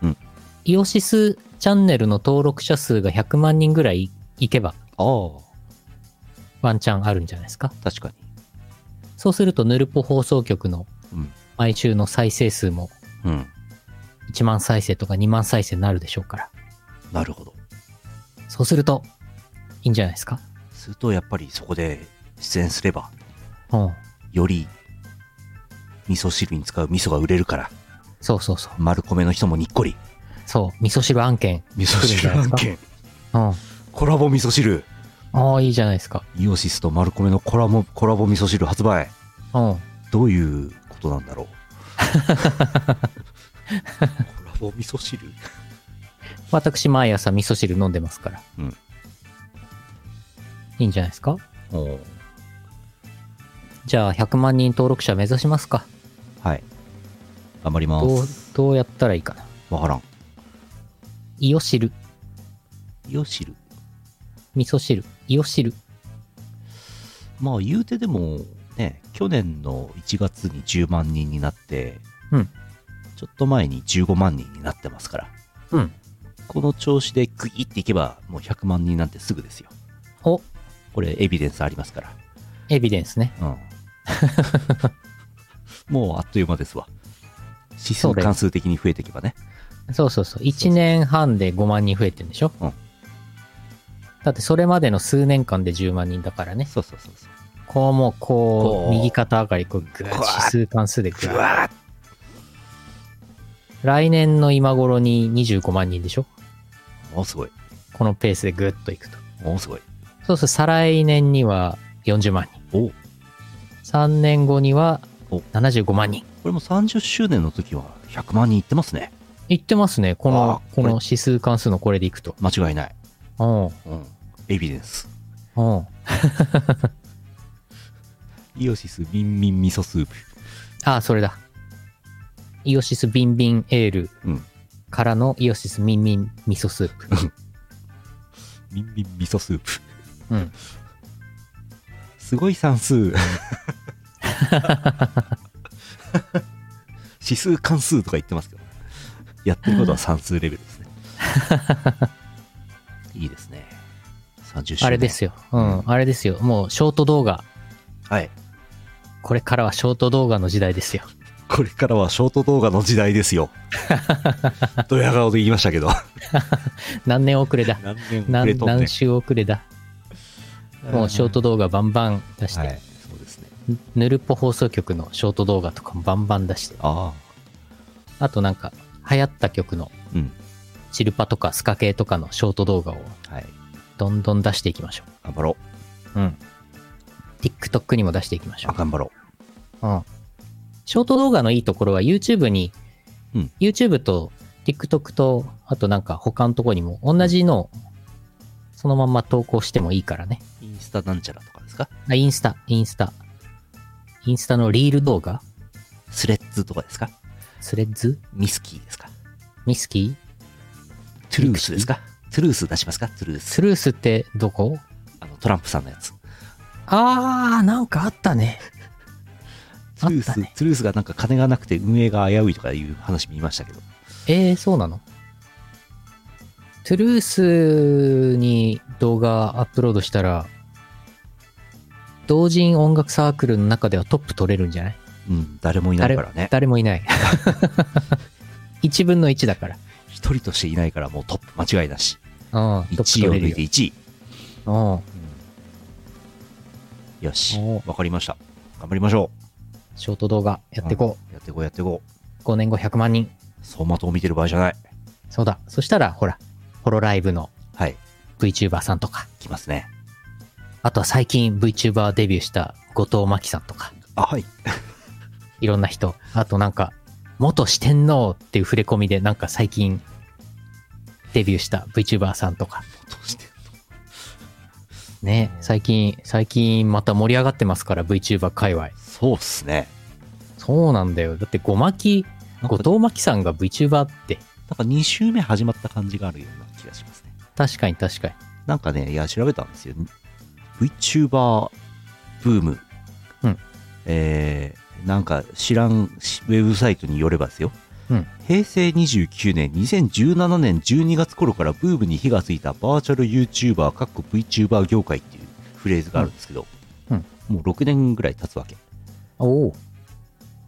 Speaker 2: うん
Speaker 1: イオシスチャンネルの登録者数が100万人ぐらいいけば、
Speaker 2: ああ
Speaker 1: ワンチャンあるんじゃないですか。
Speaker 2: 確かに
Speaker 1: そうすると、ヌルポ放送局の
Speaker 2: うん
Speaker 1: 毎週の再生数も
Speaker 2: うん
Speaker 1: 1万再生とか2万再生になるでしょうから。
Speaker 2: なるほど。
Speaker 1: そうすると、いいんじゃないですか。
Speaker 2: するとやっぱりそこで出演すれば、
Speaker 1: うん。
Speaker 2: より味噌汁に使う味噌が売れるから、
Speaker 1: そうそうそう。
Speaker 2: 丸米の人もにっこり。
Speaker 1: そう。味噌汁案件。
Speaker 2: 味噌
Speaker 1: 汁案件。うん。
Speaker 2: コラボ味噌汁。
Speaker 1: ああ、いいじゃないですか。
Speaker 2: イオシスと丸米のコラボ、コラボ味噌汁発売。
Speaker 1: うん。
Speaker 2: どういうことなん だろう。コラボ味噌汁
Speaker 1: 私、毎朝味噌汁飲んでますから。
Speaker 2: うん。
Speaker 1: いいんじゃないですか
Speaker 2: おう
Speaker 1: じゃあ、100万人登録者目指しますか。
Speaker 2: はい。頑張りま
Speaker 1: どう
Speaker 2: す。、
Speaker 1: どうやったらいいかな。
Speaker 2: わからん。
Speaker 1: イオシル、
Speaker 2: イオシル。
Speaker 1: 味噌汁、イオシル。
Speaker 2: まあ言うてでもね、去年の1月に10万人になって、
Speaker 1: うん
Speaker 2: ちょっと前に15万人になってますから、
Speaker 1: うん。
Speaker 2: この調子でグイっていけばもう100万人なんてすぐですよ。
Speaker 1: お、
Speaker 2: これエビデンスありますから。
Speaker 1: エビデンスね。
Speaker 2: うんもうあっという間ですわ。指数
Speaker 1: そうだよ
Speaker 2: 関数的に増えていけばね。
Speaker 1: そうそうそう。1年半で5万人増えてるんでしょ
Speaker 2: うん
Speaker 1: だってそれまでの数年間で10万人だからね。
Speaker 2: そうそうそうそう。
Speaker 1: こうもうこ
Speaker 2: こ
Speaker 1: う、
Speaker 2: う
Speaker 1: 右肩上がり、こうグーッ
Speaker 2: うわー
Speaker 1: 指数関数でグ
Speaker 2: ぐ
Speaker 1: ーッ
Speaker 2: わーっ
Speaker 1: 来年の今頃に25万人でしょ
Speaker 2: もうすごい。
Speaker 1: このペースでグーッといくと。
Speaker 2: もうすごい。
Speaker 1: そうそう、再来年には40万人。
Speaker 2: おう
Speaker 1: 3年後には
Speaker 2: お
Speaker 1: 75万人。
Speaker 2: これも30周年の時は100万人いってますね。
Speaker 1: いってますね。この
Speaker 2: あ、ー
Speaker 1: この
Speaker 2: こ
Speaker 1: 指数関数のこれでいくと。
Speaker 2: 間違いない。
Speaker 1: うん。
Speaker 2: うん。エビデンス。
Speaker 1: うん。
Speaker 2: イオシスビンビン味噌スープ。
Speaker 1: あ、それだ。イオシスビンビンエール
Speaker 2: うん
Speaker 1: からのイオシスミンミン味噌スープ。
Speaker 2: ビンビン味噌スープ。
Speaker 1: うん。
Speaker 2: すごい算数。 指数関数とか言ってますけど、やってることは算数レベルで すね。いいですね。30周年。
Speaker 1: あれです
Speaker 2: よ。
Speaker 1: よ。うん。あれですよ。もうショート動画。
Speaker 2: はい。
Speaker 1: これからはショート動画の時代ですよ。
Speaker 2: これからはショートド動画の時代ですよ。ドヤ顔で言いましたけど。
Speaker 1: 何年遅れだ。
Speaker 2: 何年遅れ
Speaker 1: 何、
Speaker 2: とんね
Speaker 1: 何週遅れだ。
Speaker 2: ん
Speaker 1: もうショート動画バンバン出して。
Speaker 2: はい。そうですね。
Speaker 1: ぬるっぽ放送局のショート動画とかもバンバン出して。
Speaker 2: あ
Speaker 1: あとなんか、流行った曲の
Speaker 2: あ。うん。
Speaker 1: チルパとかスカ系とかのショート動画を
Speaker 2: はい。
Speaker 1: どんどん出していきましょ
Speaker 2: 頑張ろ
Speaker 1: う。うん。TikTok にも出していきまし
Speaker 2: う。あ
Speaker 1: ょ
Speaker 2: 頑張ろ
Speaker 1: う。うん。ショート動画のいいところは YouTube に、
Speaker 2: うん
Speaker 1: YouTube と TikTok と、あとなんか他のとこにも同じのをそのまんま投稿してもいいからね。
Speaker 2: う。インスタなんちゃらとかですか
Speaker 1: あ、インスタ、インスタ。インスタのリール動画
Speaker 2: スレッズとかですか
Speaker 1: スレッズ
Speaker 2: ミスキーですか
Speaker 1: ミスキー
Speaker 2: トゥルースですかトゥルース出しますかトゥルース。
Speaker 1: スルースってどこ
Speaker 2: あの、トランプさんのやつ。
Speaker 1: あー、なんかあったね。
Speaker 2: トゥルー
Speaker 1: あっ
Speaker 2: ス、
Speaker 1: たね
Speaker 2: トゥルースがなんか金がなくて運営が危ういとかいう話見ましたけど。
Speaker 1: えー、そうなのトゥルースに動画アップロードしたら、同人音楽サークルの中ではトップ取れるんじゃない
Speaker 2: うん、誰もいないからね。
Speaker 1: 誰もいない。1分の1だから。
Speaker 2: 一人としていないからもうトップ間違いなし。
Speaker 1: うん、トップ
Speaker 2: 1位を
Speaker 1: 取
Speaker 2: 抜
Speaker 1: れ
Speaker 2: いて
Speaker 1: るよ。
Speaker 2: 1位。
Speaker 1: うん。
Speaker 2: よし
Speaker 1: お。
Speaker 2: わかりました。頑張りましょ
Speaker 1: ショート動画
Speaker 2: う。
Speaker 1: やってこ
Speaker 2: うん。やってこう、やってこう。
Speaker 1: う。5年後100万人。
Speaker 2: 走馬灯を見てる場合じゃない。
Speaker 1: そうだ。そしたら、ほら、ホロライブの
Speaker 2: はい。
Speaker 1: VTuber さんとか、
Speaker 2: 来ますね。
Speaker 1: あとは最近 VTuber デビューした後藤真希さんとか、
Speaker 2: あ、はい。
Speaker 1: いろんな人。あとなんか、元四天王っていう触れ込みで、なんか最近、デビューした VTuber さんとか。
Speaker 2: どうして
Speaker 1: ね、最近、最近また盛り上がってますから、VTuber 界隈。
Speaker 2: そうっすね。
Speaker 1: そうなんだよ。だって、ごまき、
Speaker 2: なん
Speaker 1: 後
Speaker 2: か、
Speaker 1: 藤真希さんが VTuber って、
Speaker 2: なんか2週目始まった感じがあるような気がしますね。
Speaker 1: 確かに確かに。
Speaker 2: なんかね、いや、調べたんですよ。VTuber ブーム。
Speaker 1: うん
Speaker 2: えー、なんか知らんしウェブサイトによればですよ。
Speaker 1: うん
Speaker 2: 平成29年、2017年12月頃からブームに火がついたバーチャル YouTuber、かっこ VTuber 業界っていうフレーズがあるんですけど、
Speaker 1: うん
Speaker 2: もう6年ぐらい経つわけ。
Speaker 1: おお。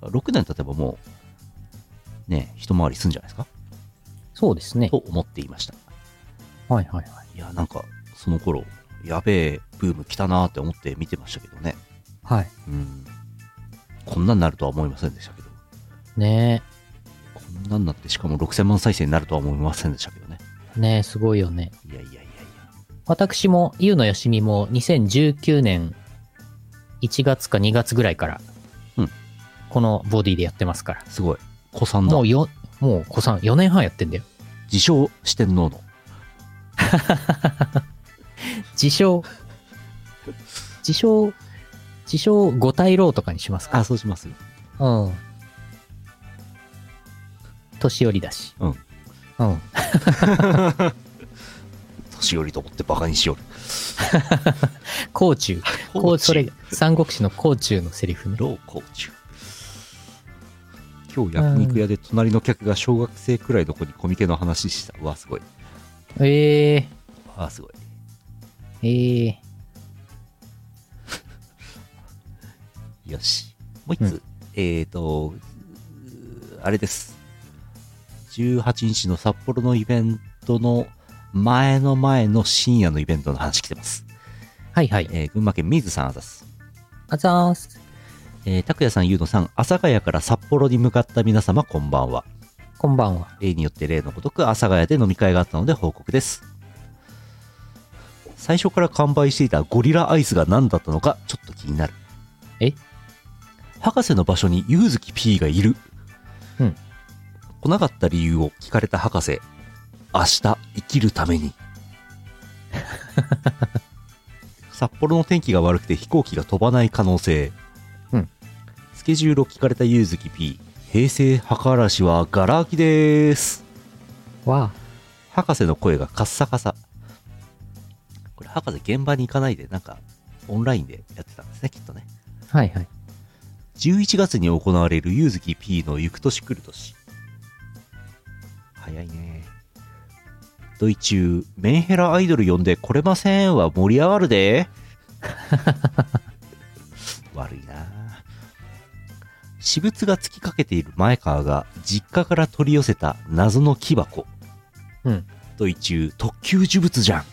Speaker 2: 6年経てばもう、ね、一回りすんじゃないですか
Speaker 1: そうですね
Speaker 2: と。思っていました。
Speaker 1: はいはいはい。
Speaker 2: いや、なんか、その頃、やべえ、ブーム来たなーって思って見てましたけどね。
Speaker 1: はい。
Speaker 2: うんこんなになるとは思いませんでしたけど、
Speaker 1: ね
Speaker 2: こんなになって、しかも6000万再生になるとは思いませんでしたけどね。
Speaker 1: え、ねえ、すごいよね。
Speaker 2: いやいやいやいや。
Speaker 1: 私も、ゆうのよしみも2019年1月か2月ぐらいから、
Speaker 2: うん
Speaker 1: このボディでやってますから。
Speaker 2: すごい。子さんだ
Speaker 1: も。うよ、もう子さん4年半やってんだよ。
Speaker 2: 自称四天王の。
Speaker 1: 自称、自称、自称五体老とかにしますか。
Speaker 2: あ、そうします。
Speaker 1: うん。年寄りだし。
Speaker 2: うん。
Speaker 1: うん。
Speaker 2: 年寄りと思ってバカにしよる。
Speaker 1: 甲虫。こう、それ、三国志の甲虫のセリフね。
Speaker 2: 老コーチ。今日焼肉屋で隣の客が小学生くらいの子にコミケの話した。うわ、すごい。
Speaker 1: ええ
Speaker 2: あ、すごい。
Speaker 1: ええ
Speaker 2: よし。もう一つ、
Speaker 1: うん
Speaker 2: えっ、と、あれです。18日の札幌のイベントの前の前の深夜のイベントの話来てます。
Speaker 1: はいはい。
Speaker 2: えー群馬県水さんあざす。
Speaker 1: あざーす。
Speaker 2: えー、拓也さん、ゆうのさん、阿佐ヶ谷から札幌に向かった皆様、こんばんは。
Speaker 1: こんばんは。
Speaker 2: 例によって例のごとく阿佐ヶ谷で飲み会があったので報告です最初から完売していたゴリラアイスが何だったのかちょっと気になる
Speaker 1: え
Speaker 2: 博士の場所にゆうずき P がいる
Speaker 1: うん
Speaker 2: 来なかった理由を聞かれた博士明日生きるため に札幌の天気が悪くて飛行機が飛ばない可能性スケジュールを聞かれたゆうずき P 平成墓嵐はガラ空きです
Speaker 1: わ
Speaker 2: 博士の声がカッサカサこれ博士現場に行かないでなんかオンラインでやってたんですねきっとね
Speaker 1: あ。はいはい。
Speaker 2: 11月に行われるゆうずき P の行く年来る年早いねドイ中メンヘラアイドル呼んで来れませんは盛り上がるで 悪いな私物が尽きかけている前川が実家から取り寄せた謎の木箱
Speaker 1: うん。
Speaker 2: ドイ中特級呪物じゃん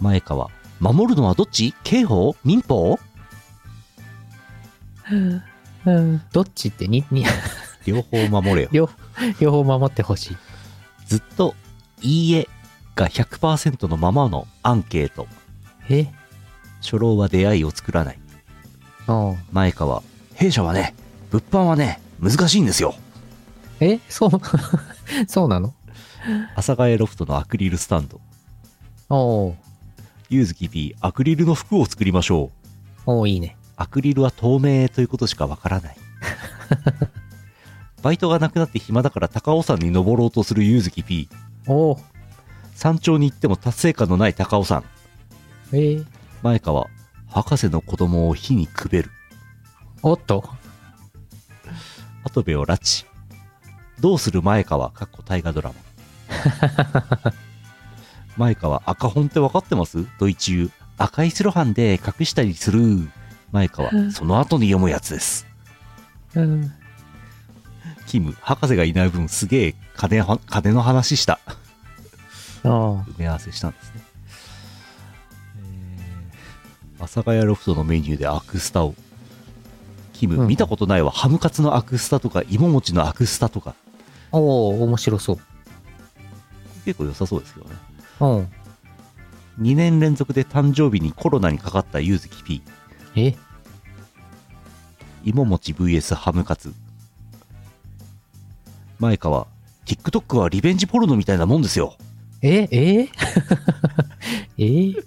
Speaker 2: 前川守るのはどっち刑法民法
Speaker 1: うん、どっちってに、 に、
Speaker 2: 両方守れよ
Speaker 1: 両、両方守ってほしい。
Speaker 2: ずっと「いいえ」が100%のままのアンケート
Speaker 1: え
Speaker 2: 初老は出会いを作らない
Speaker 1: ああ。
Speaker 2: 前川弊社はね物販はね難しいんですよ
Speaker 1: えそう、そう なの
Speaker 2: 阿佐ヶ谷ロフトのアクリルスタンド
Speaker 1: おー
Speaker 2: ゆうずき B アクリルの服を作りましょう
Speaker 1: おーいいね。
Speaker 2: アクリルは透明ということしかわからない バイトがなくなって暇だから高尾山に登ろうとするゆうずき P
Speaker 1: おー
Speaker 2: 山頂に行っても達成感のない高尾山
Speaker 1: えー、
Speaker 2: 前川博士の子供を火にくべる
Speaker 1: おっと。
Speaker 2: 跡部を拉致どうする前川かっこ大河ドラマ 前川赤本って分かってますドイツ流赤いスロハンで隠したりする前川その後に読むやつです
Speaker 1: うん。
Speaker 2: キム博士がいない分すげえ金は金の話した
Speaker 1: あ
Speaker 2: 埋め合わせしたんですね。えー、阿佐ヶ谷ロフトのメニューでアクスタを。キム、
Speaker 1: うん
Speaker 2: 見たことないわ。ハムカツのアクスタとか、芋餅のアクスタとか。
Speaker 1: あ。おお面白そう。
Speaker 2: 結構良さそうですけどね。
Speaker 1: うん。
Speaker 2: 2年連続で誕生日にコロナにかかったゆずき P。
Speaker 1: え
Speaker 2: 芋餅 VS ハムカツ。前川、TikTok はリベンジポルノみたいなもんですよ。
Speaker 1: ええ えー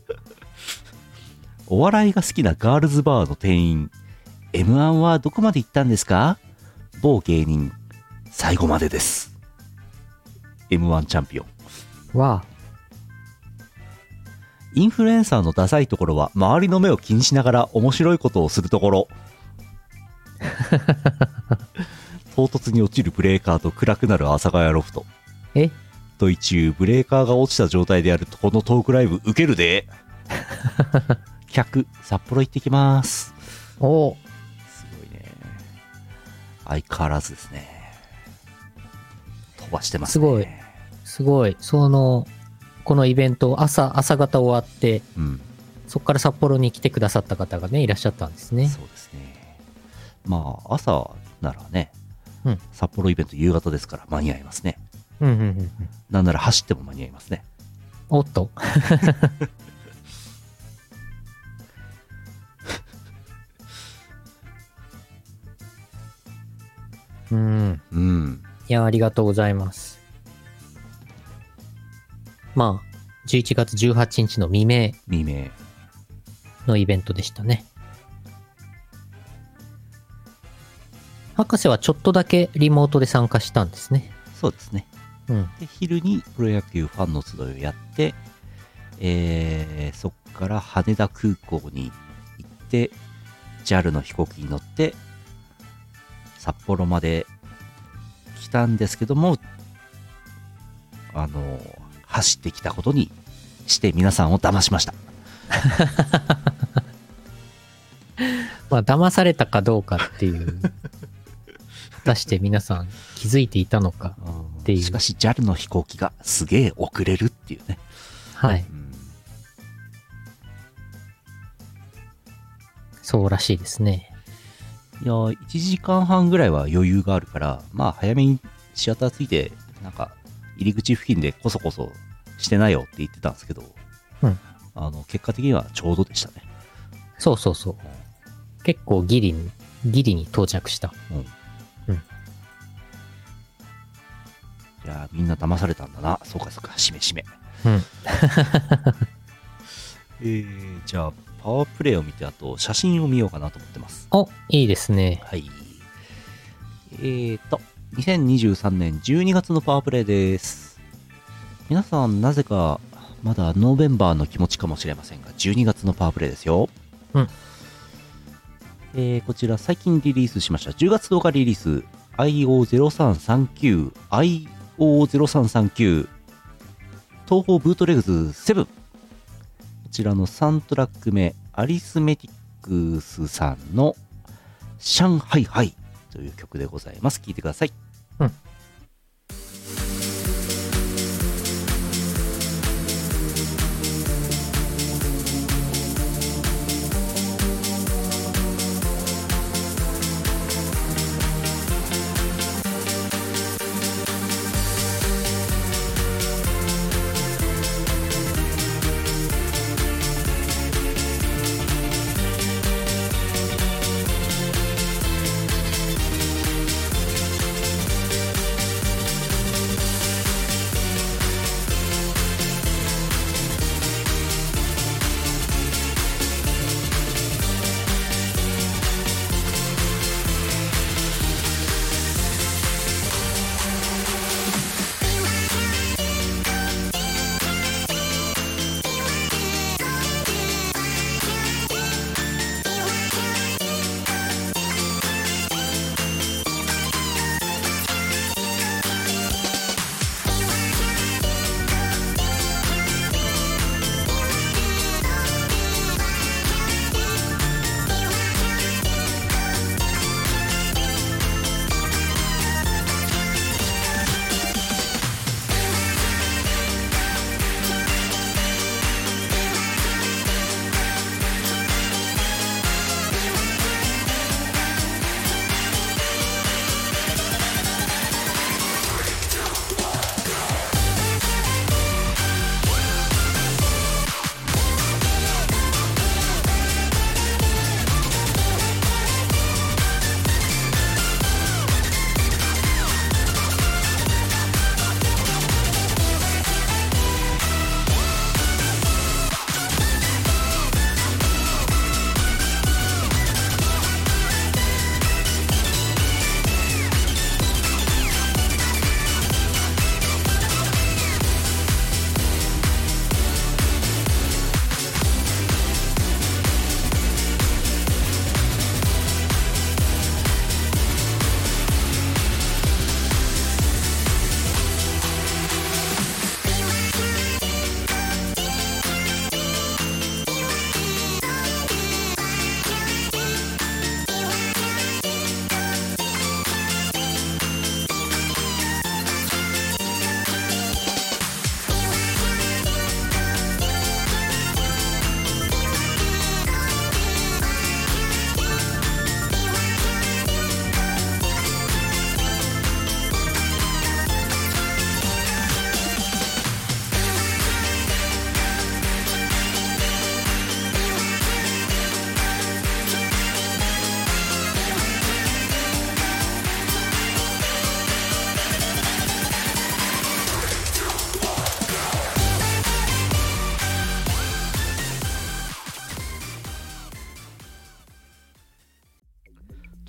Speaker 2: お笑いが好きなガールズバーの店員 M1 はどこまで行ったんですか某芸人最後までです M1 チャンピオン
Speaker 1: わ
Speaker 2: インフルエンサーのダサいところは周りの目を気にしながら面白いことをするところ唐突に落ちるブレーカーと暗くなる阿佐ヶ谷ロフト
Speaker 1: あ。え
Speaker 2: ドイ中ブレーカーが落ちた状態でやるとこのトークライブ受けるで客札幌行ってきます
Speaker 1: おお
Speaker 2: すごいね。相変わらずですね。飛ばしてます
Speaker 1: す
Speaker 2: ね。
Speaker 1: ごいすごい。その、このイベント、朝、朝方終わって、
Speaker 2: うん。
Speaker 1: そこから札幌に来てくださった方がね、いらっしゃったんですね。
Speaker 2: そうですね。まあ、朝ならね、
Speaker 1: うん
Speaker 2: 札幌イベント夕方ですから間に合いますね。
Speaker 1: うんうんうんうん。
Speaker 2: なんなら走っても間に合いますね。
Speaker 1: おっと。 うん。
Speaker 2: うん。
Speaker 1: いや、ありがとうございます。まあ、11月18日の未明
Speaker 2: 未明。
Speaker 1: のイベントでしたね。博士はちょっとだけリモートで参加したんですね。
Speaker 2: そうですね。
Speaker 1: うん。
Speaker 2: で、昼にプロ野球ファンの集いをやって、えー、そっから羽田空港に行って、JAL の飛行機に乗って、札幌まで来たんですけども、あの、走ってきたことにして皆さんを騙しました。
Speaker 1: まあ、騙されたかどうかっていう、果たして皆さん気づいていたのか。っていう
Speaker 2: しかし JAL の飛行機がすげえ遅れるっていうね、
Speaker 1: はい。
Speaker 2: うん
Speaker 1: そうらしいですね。
Speaker 2: いや1時間半ぐらいは余裕があるからまあ早めにシアターついてなんか入り口付近でこそこそしてないよって言ってたんですけど、
Speaker 1: うん
Speaker 2: あの結果的にはちょうどでしたね
Speaker 1: そうそうそう。結構ギリに、ギリに到着した。
Speaker 2: いやーみんな騙されたんだなそうかそうかしめしめ
Speaker 1: うん。
Speaker 2: えー、じゃあパワープレイを見てあと写真を見ようかなと思ってます
Speaker 1: お、いいですね。
Speaker 2: はい。えーと、2023年12月のパワープレイです。皆さん、なぜか、まだノーベンバーの気持ちかもしれませんが、12月のパワープレイですよ。
Speaker 1: うん
Speaker 2: えーこちら、最近リリースしました。10月10日リリース、IO0339、IO0339、東方ブートレグズ7。こちらの3トラック目、アリスメティックスさんのシャンハイハイという曲でございます。聴いてください。
Speaker 1: うん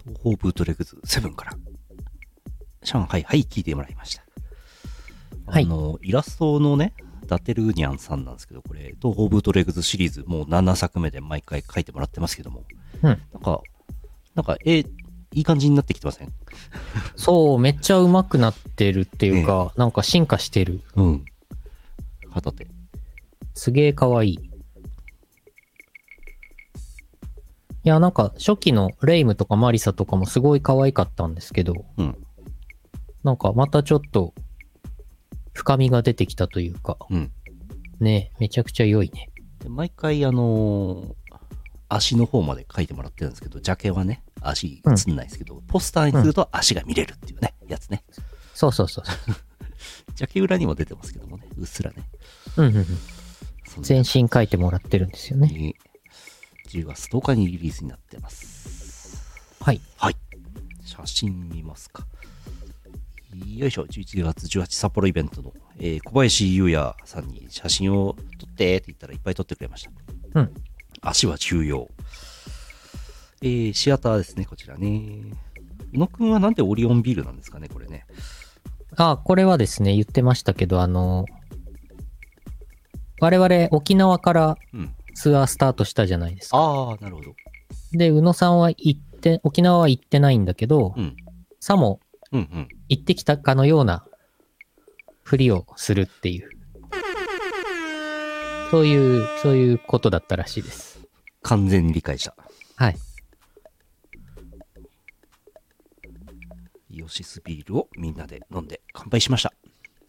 Speaker 2: 東方ブートレグズ7から、シャンハイハイ聴いてもらいました。
Speaker 1: はい
Speaker 2: あの、イラストのね、ダテルーニャンさんなんですけど、これ、東方ブートレグズシリーズ、もう7作目で毎回書いてもらってますけども、
Speaker 1: うん。
Speaker 2: なんか、なんか、え、いい感じになってきてません
Speaker 1: そう、めっちゃ上手くなってるっていうか、なんか進化してる。
Speaker 2: うん。旗手。
Speaker 1: すげえ可愛い。いや、なんか初期のレイムとかマリサとかもすごい可愛かったんですけど、
Speaker 2: うん
Speaker 1: なんかまたちょっと深みが出てきたというか、
Speaker 2: うん
Speaker 1: ね、めちゃくちゃ良いね。
Speaker 2: で毎回、あのー足の方まで書いてもらってるんですけど、ジャケはね、足映んないですけど、ポスターにすると足が見れるっていうね、やつね。
Speaker 1: そうそうそう。
Speaker 2: ジャケ裏にも出てますけどもね、うっすらね。
Speaker 1: うんうんうん、
Speaker 2: そんな
Speaker 1: 全身書いてもらってるんですよね。
Speaker 2: に10月10日にリリースになってます。
Speaker 1: はい。
Speaker 2: はい。写真見ますか。よいしょ、11月18日札幌イベントの、えー小林優也さんに写真を撮ってって言ったらいっぱい撮ってくれました。
Speaker 1: うん。
Speaker 2: 足は重要。えー、シアターですね、こちらね。宇野くんはなんでオリオンビールなんですかね、これね。
Speaker 1: あ、これはですね、言ってましたけど、あの、我々沖縄から
Speaker 2: うん。
Speaker 1: ツアースタートしたじゃないですか。
Speaker 2: ああ、なるほど。
Speaker 1: で、宇野さんは行って、沖縄は行ってないんだけど、
Speaker 2: うん。
Speaker 1: さも
Speaker 2: うんうん。
Speaker 1: 行ってきたかのようなふりをするっていう。そういう、そういうことだったらしいです。
Speaker 2: 完全に理解した。
Speaker 1: はい。
Speaker 2: イオシスビールをみんなで飲んで乾杯しました。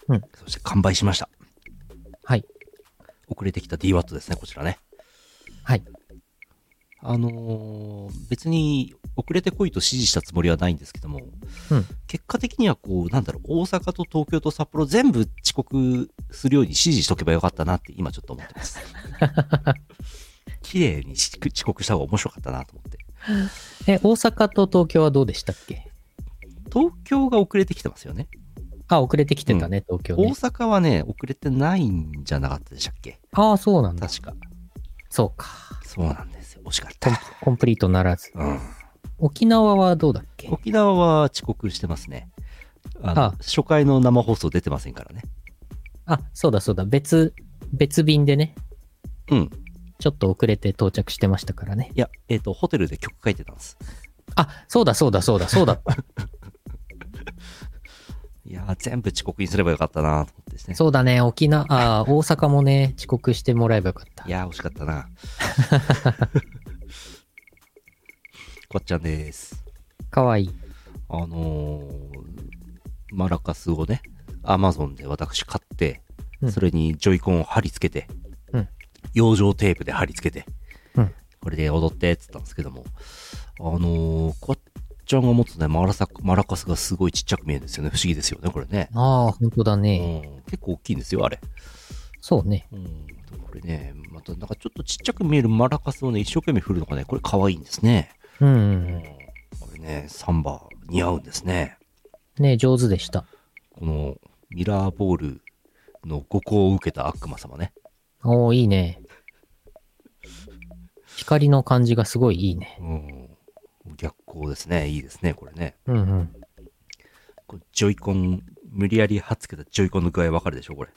Speaker 1: うん
Speaker 2: そして完売しました。
Speaker 1: はい。
Speaker 2: 遅れてきた DWAT ですね、こちらね。
Speaker 1: はい。
Speaker 2: あのー別に遅れてこいと指示したつもりはないんですけども、
Speaker 1: うん
Speaker 2: 結果的にはこう、なんだろう、大阪と東京と札幌全部遅刻するように指示しとけばよかったなって今ちょっと思ってます。 綺麗に遅刻遅刻した方が面白かったなと思って。
Speaker 1: え、大阪と東京はどうでしたっけ
Speaker 2: 東京が遅れてきてますよね。
Speaker 1: あ、遅れてきてたね、東京
Speaker 2: 大
Speaker 1: ね。
Speaker 2: 阪はね、遅れてないんじゃなかったでしたっけ
Speaker 1: ああ、そうなんだ。
Speaker 2: 確か。
Speaker 1: そうか。
Speaker 2: そうなんですよ。惜しかっ
Speaker 1: コン
Speaker 2: た。
Speaker 1: コンプリートならず。
Speaker 2: うん、
Speaker 1: 沖縄はどうだっけ
Speaker 2: 沖縄は遅刻してますね。あの
Speaker 1: あ
Speaker 2: 初回の生放送出てませんからね。
Speaker 1: あ、そうだそうだ。別、別便でね、
Speaker 2: うん。
Speaker 1: ちょっと遅れて到着してましたからね。
Speaker 2: いや、えっ、と、ホテルで曲書いてたんです。
Speaker 1: あ、そうだそうだそうだそうだ。
Speaker 2: いやー、全部遅刻にすればよかったなと思ってです ね。
Speaker 1: そうだね、沖縄、あー大阪もね、遅刻してもらえばよかった
Speaker 2: い。やー、惜しかっ たなこっちゃんです。
Speaker 1: かわいい。
Speaker 2: あのーマラカスをね、アマゾンで私買って、
Speaker 1: うん
Speaker 2: それにジョイコンを貼り付けて、
Speaker 1: うん
Speaker 2: 養生テープで貼り付けて、
Speaker 1: うん
Speaker 2: これで踊ってって言ったんですけども、あのー、こっちゃんが持つね、マラサマラカスがすごいちっちゃく見えるんですよね。不思議ですよね、これね。
Speaker 1: ああ、本当だね。
Speaker 2: うん、結構大きいんですよ、あれ。
Speaker 1: そうね。
Speaker 2: うん、これね、またなんかちょっとちっちゃく見えるマラカスをね、一生懸命振るのがね、これ可愛いんですね。
Speaker 1: うんうん
Speaker 2: う
Speaker 1: うん
Speaker 2: ん、これね、サンバ似合うんですね。
Speaker 1: ね上手でした。
Speaker 2: このミラーボールの誤行を受けた悪魔様ね。
Speaker 1: おおいいね。光の感じがすごいいいね。
Speaker 2: うん。逆光ですね。いいですね、これね。
Speaker 1: うんうん。
Speaker 2: これジョイコン、無理やり貼っつけたジョイコンの具合わかるでし ょ、これ。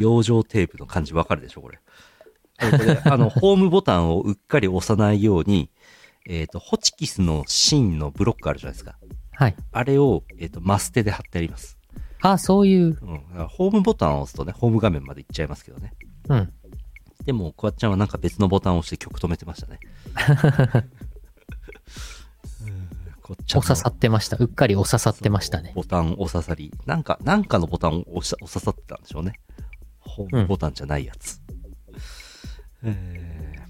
Speaker 2: 養生テープの感じわかるでしょ、これ。あのこれ あの、ホームボタンをうっかり押さないように、えっ、と、ホチキスの芯のブロックあるじゃないですか。
Speaker 1: はい。
Speaker 2: あれを、えっ、と、マステで貼ってあります。
Speaker 1: あそういう。
Speaker 2: うん。だからホームボタンを押すとね、ホーム画面まで行っちゃいますけどね。
Speaker 1: うん。
Speaker 2: でも、こわっちゃんはなんか別のボタンを押して曲止めてましたね。うんこっちゃん
Speaker 1: お
Speaker 2: の
Speaker 1: 刺さってました。うっかりお刺さってましたね。
Speaker 2: ボタンお刺さり。なんか、なんかのボタンを押さ押ささってたんでしょうね。ホームボタンじゃないやつ。えー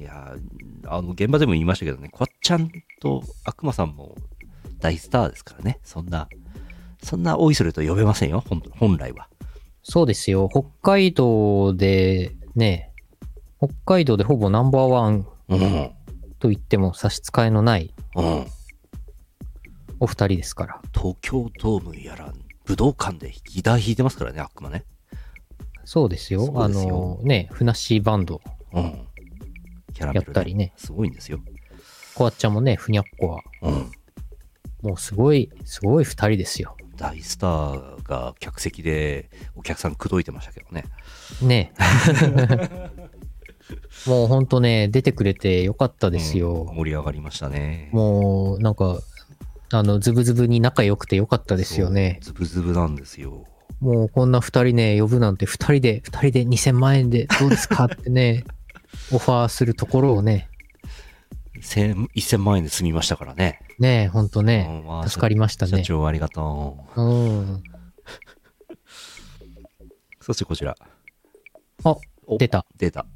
Speaker 2: いやーあの、現場でも言いましたけどね、こわっちゃんと悪魔さんも大スターですからね。そんな、そんなおいそれと呼べませんよ、本本来は。
Speaker 1: そうですよ。北海道で、ね北海道でほぼナンバーワン
Speaker 2: うん。
Speaker 1: と言っても差し支えのない
Speaker 2: うん。
Speaker 1: お二人ですから。
Speaker 2: 東京ドームやら、武道館でギター弾いてますからね、悪魔ね。
Speaker 1: そうですよ。
Speaker 2: そうですよ
Speaker 1: あの、ねふなっしーバンド、
Speaker 2: うん。キャラメ
Speaker 1: や
Speaker 2: ル、
Speaker 1: っぱりね
Speaker 2: すごいんですよ。
Speaker 1: こわっちゃんもね、ふにゃっこは、
Speaker 2: うん。
Speaker 1: もうすごい、すごい二人ですよ。
Speaker 2: 大スターが客席でお客さん口説いてましたけどね。
Speaker 1: ねえ。もうほんとね、出てくれてよかったです
Speaker 2: うん
Speaker 1: よ。
Speaker 2: 盛り上がりましたね。
Speaker 1: もう、なんか、あの、ズブズブに仲良くてよかったですよね。
Speaker 2: そうズブズブなんですよ。
Speaker 1: もうこんな二人ね、呼ぶなんて、二人で、二人で2000万円でどうですかってね、オファーするところをね、
Speaker 2: 千1000万円で済みましたからね。
Speaker 1: ねえ、ほんとね
Speaker 2: うんま、あ
Speaker 1: 助かりました
Speaker 2: 社
Speaker 1: ね。
Speaker 2: 長ありがと
Speaker 1: うん。
Speaker 2: う。そしてこちら。
Speaker 1: あ、
Speaker 2: お
Speaker 1: 出た。
Speaker 2: 出た。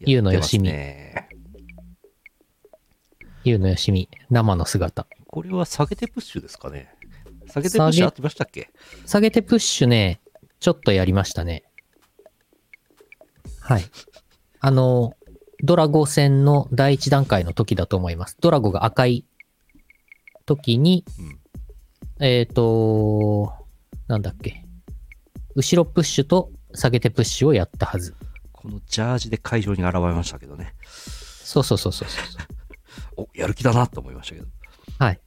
Speaker 1: ゆうのよしみ
Speaker 2: やってますね
Speaker 1: ゆうのよしみ、生の姿。
Speaker 2: これは下げてプッシュですかね。下げてプッ
Speaker 1: 下
Speaker 2: シュ
Speaker 1: げ
Speaker 2: 合ってましたっけ
Speaker 1: 下げてプッシュね、ちょっとやりましたね。はい。あの、ドラゴ戦の第一段階の時だと思います。ドラゴが赤い時に、
Speaker 2: うん。
Speaker 1: えっ、と、なんだっけ。後ろプッシュと下げてプッシュをやったはず。
Speaker 2: このジャージで会場に現れましたけどね。
Speaker 1: そうそうそうそうそうそう。
Speaker 2: お、やる気だなと思いましたけど。
Speaker 1: はい。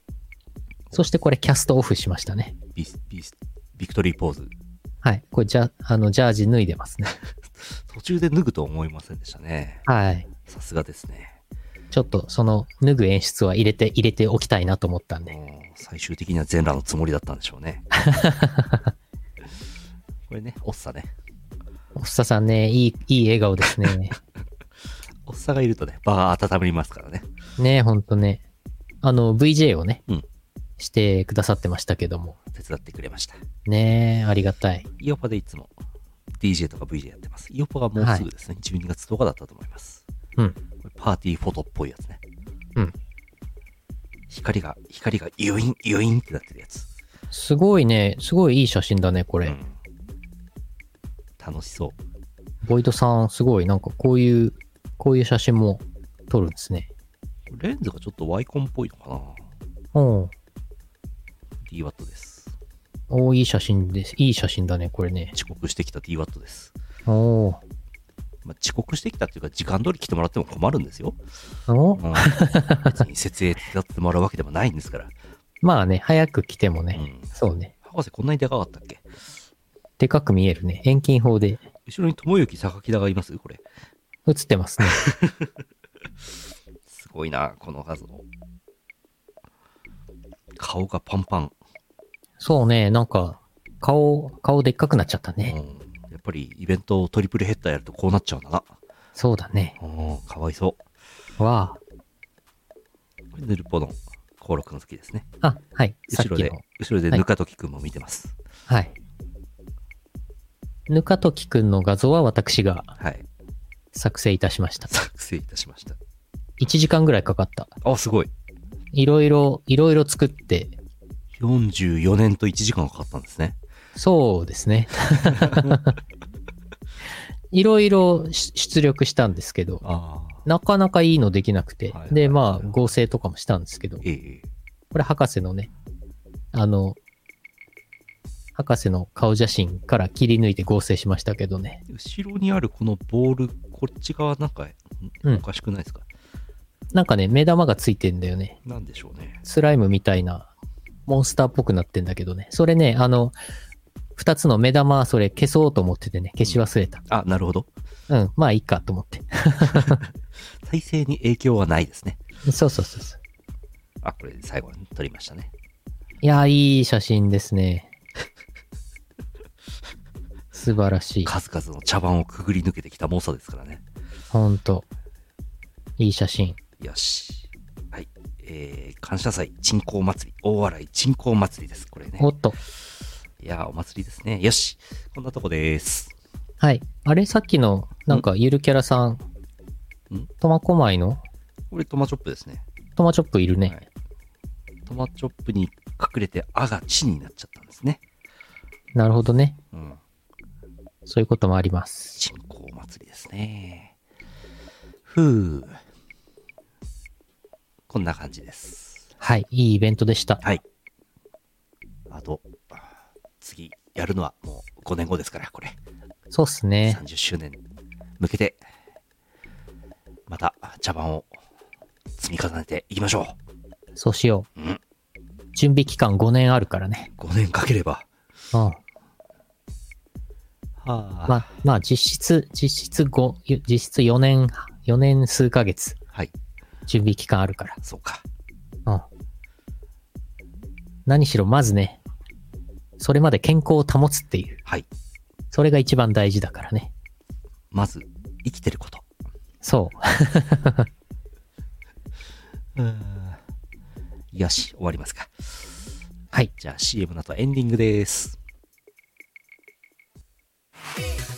Speaker 1: そしてこれキャストオフしましたね。
Speaker 2: ビス、ビス、ビクトリーポーズ。
Speaker 1: はい。これじゃ、あの、ジャージ脱いでますね。
Speaker 2: 途中で脱ぐと思いませんでしたね。
Speaker 1: はい。
Speaker 2: さすがですね。
Speaker 1: ちょっとその脱ぐ演出は入れて、入れておきたいなと思ったんで。
Speaker 2: もう最終的には全裸のつもりだったんでしょうね。これね、おっさね。
Speaker 1: おっささんね、いい、いい笑顔です ね。
Speaker 2: おっさがいるとね、場が温まりますからね。
Speaker 1: ねほんとね。あの、VJ をね、
Speaker 2: うん
Speaker 1: してくださってましたけども。
Speaker 2: 手伝ってくれました。
Speaker 1: ねありがたい。
Speaker 2: イオパでいつも DJ とか VJ やってます。イオパがもうすぐですね、12月10日だったと思います。
Speaker 1: うん。
Speaker 2: これパーティーフォトっぽいやつね。
Speaker 1: うん。
Speaker 2: 光が、光がイヨイン、イヨインってなってるやつ。
Speaker 1: すごいね、すごいいい写真だね、こ
Speaker 2: う
Speaker 1: れ。
Speaker 2: ん。楽しそう。
Speaker 1: ボイドさん、すごい、なんかこういう、こういう写真も撮るんですね。
Speaker 2: レンズがちょっとワイコンっぽいのかな
Speaker 1: うん。
Speaker 2: ?DW です。
Speaker 1: おーいい写真です。いい写真だね、これね。
Speaker 2: 遅刻してきた DW です。
Speaker 1: おー
Speaker 2: まあ、遅刻してきたっていうか時間通り来てもらっても困るんですよ、
Speaker 1: お
Speaker 2: うん、別に設営手伝ってもらうわけでもないんですから、
Speaker 1: まあね、早く来ても
Speaker 2: う
Speaker 1: ね、
Speaker 2: ん、
Speaker 1: そうね。
Speaker 2: 博士こんなにでかかったっけ
Speaker 1: でかく見えるね。遠近法で
Speaker 2: 後ろに友幸榊田がいますこれ
Speaker 1: 写ってますね。
Speaker 2: すごいなこの画像顔がパンパン、
Speaker 1: そうね、なんか、顔、顔でっかくなっちゃった
Speaker 2: うん、
Speaker 1: ね。
Speaker 2: やっぱりイベントをトリプルヘッダーやるとこうなっちゃうんだな、
Speaker 1: そうだね。
Speaker 2: うん、かわいそう
Speaker 1: わ
Speaker 2: これヌルポの幸楽の好きですね
Speaker 1: あ。あ、はい。さっ
Speaker 2: 後
Speaker 1: き
Speaker 2: ろ
Speaker 1: の
Speaker 2: で。後ろで
Speaker 1: はい
Speaker 2: ぬかときくんも見てます
Speaker 1: はい。ぬかときくんの画像は私が
Speaker 2: はい
Speaker 1: 作成いたしま した。
Speaker 2: 作成いたしました
Speaker 1: 1時間ぐらいかかった。
Speaker 2: あすごい
Speaker 1: いろいろ、いろいろ作って、
Speaker 2: 44年と1時間かかったんですね
Speaker 1: そうです ね。いろいろし出力したんですけど、
Speaker 2: ああ
Speaker 1: なかなかいいのできなくて、
Speaker 2: はいはい
Speaker 1: で、まあ、合成とかもしたんですけど、
Speaker 2: ええ
Speaker 1: これ博士のね、あの、博士の顔写真から切り抜いて合成しましたけどね。
Speaker 2: 後ろにあるこのボール、こっち側なんか、
Speaker 1: うん
Speaker 2: おかしくないですか、
Speaker 1: なんかね、目玉がついてんだよね。
Speaker 2: なんでしょうね。
Speaker 1: スライムみたいな、モンスターっぽくなってんだけどね。それね、あの、二つの目玉、それ消そうと思っててね、消し忘れた。
Speaker 2: あ、なるほど。
Speaker 1: うん、まあいいかと思って。
Speaker 2: 体勢に影響はないですね。
Speaker 1: そうそうそうそう。
Speaker 2: あ、これ最後に撮りましたね。
Speaker 1: いやー、いい写真ですね。素晴らしい。
Speaker 2: 数々の茶番をくぐり抜けてきた猛者ですからね。
Speaker 1: ほんと。いい写真。
Speaker 2: よし。はい。えー、感謝祭、鎮光祭り、大洗鎮光祭りです。これね
Speaker 1: お。っと。
Speaker 2: いやー、お祭りですね。よし。こんなとこです。
Speaker 1: はい。あれ、さっきの、なんか、ゆるキャラさん
Speaker 2: ん、
Speaker 1: 苫小牧の
Speaker 2: これトマチョップですね。
Speaker 1: トマチョップいるね。
Speaker 2: はいトマチョップに隠れて、あがちになっちゃったんですね。
Speaker 1: なるほどね。
Speaker 2: うん。
Speaker 1: そういうこともあります。
Speaker 2: 人口祭りですね。ふう。こんな感じです。
Speaker 1: はい。いいイベントでした。
Speaker 2: はい。あと、次やるのはもう5年後ですから、これ。
Speaker 1: そうっすね。
Speaker 2: 30周年向けて、また茶番を積み重ねていきましょ
Speaker 1: そうしよ
Speaker 2: う。うん。
Speaker 1: う。準備期間5年あるからね。
Speaker 2: 5年かければ。
Speaker 1: うん。
Speaker 2: はあ
Speaker 1: まあ、まあ、実質、実質5、実質4年、4年数ヶ月、
Speaker 2: はい。
Speaker 1: 準備期間あるか
Speaker 2: そうか。
Speaker 1: ら。うん。何しろ、まずね、それまで健康を保つっていう。
Speaker 2: はい。
Speaker 1: それが一番大事だからね。
Speaker 2: まず、生きてること。
Speaker 1: そう。
Speaker 2: よし、終わりますか。
Speaker 1: はい。
Speaker 2: じゃあ CM の後エンディングです。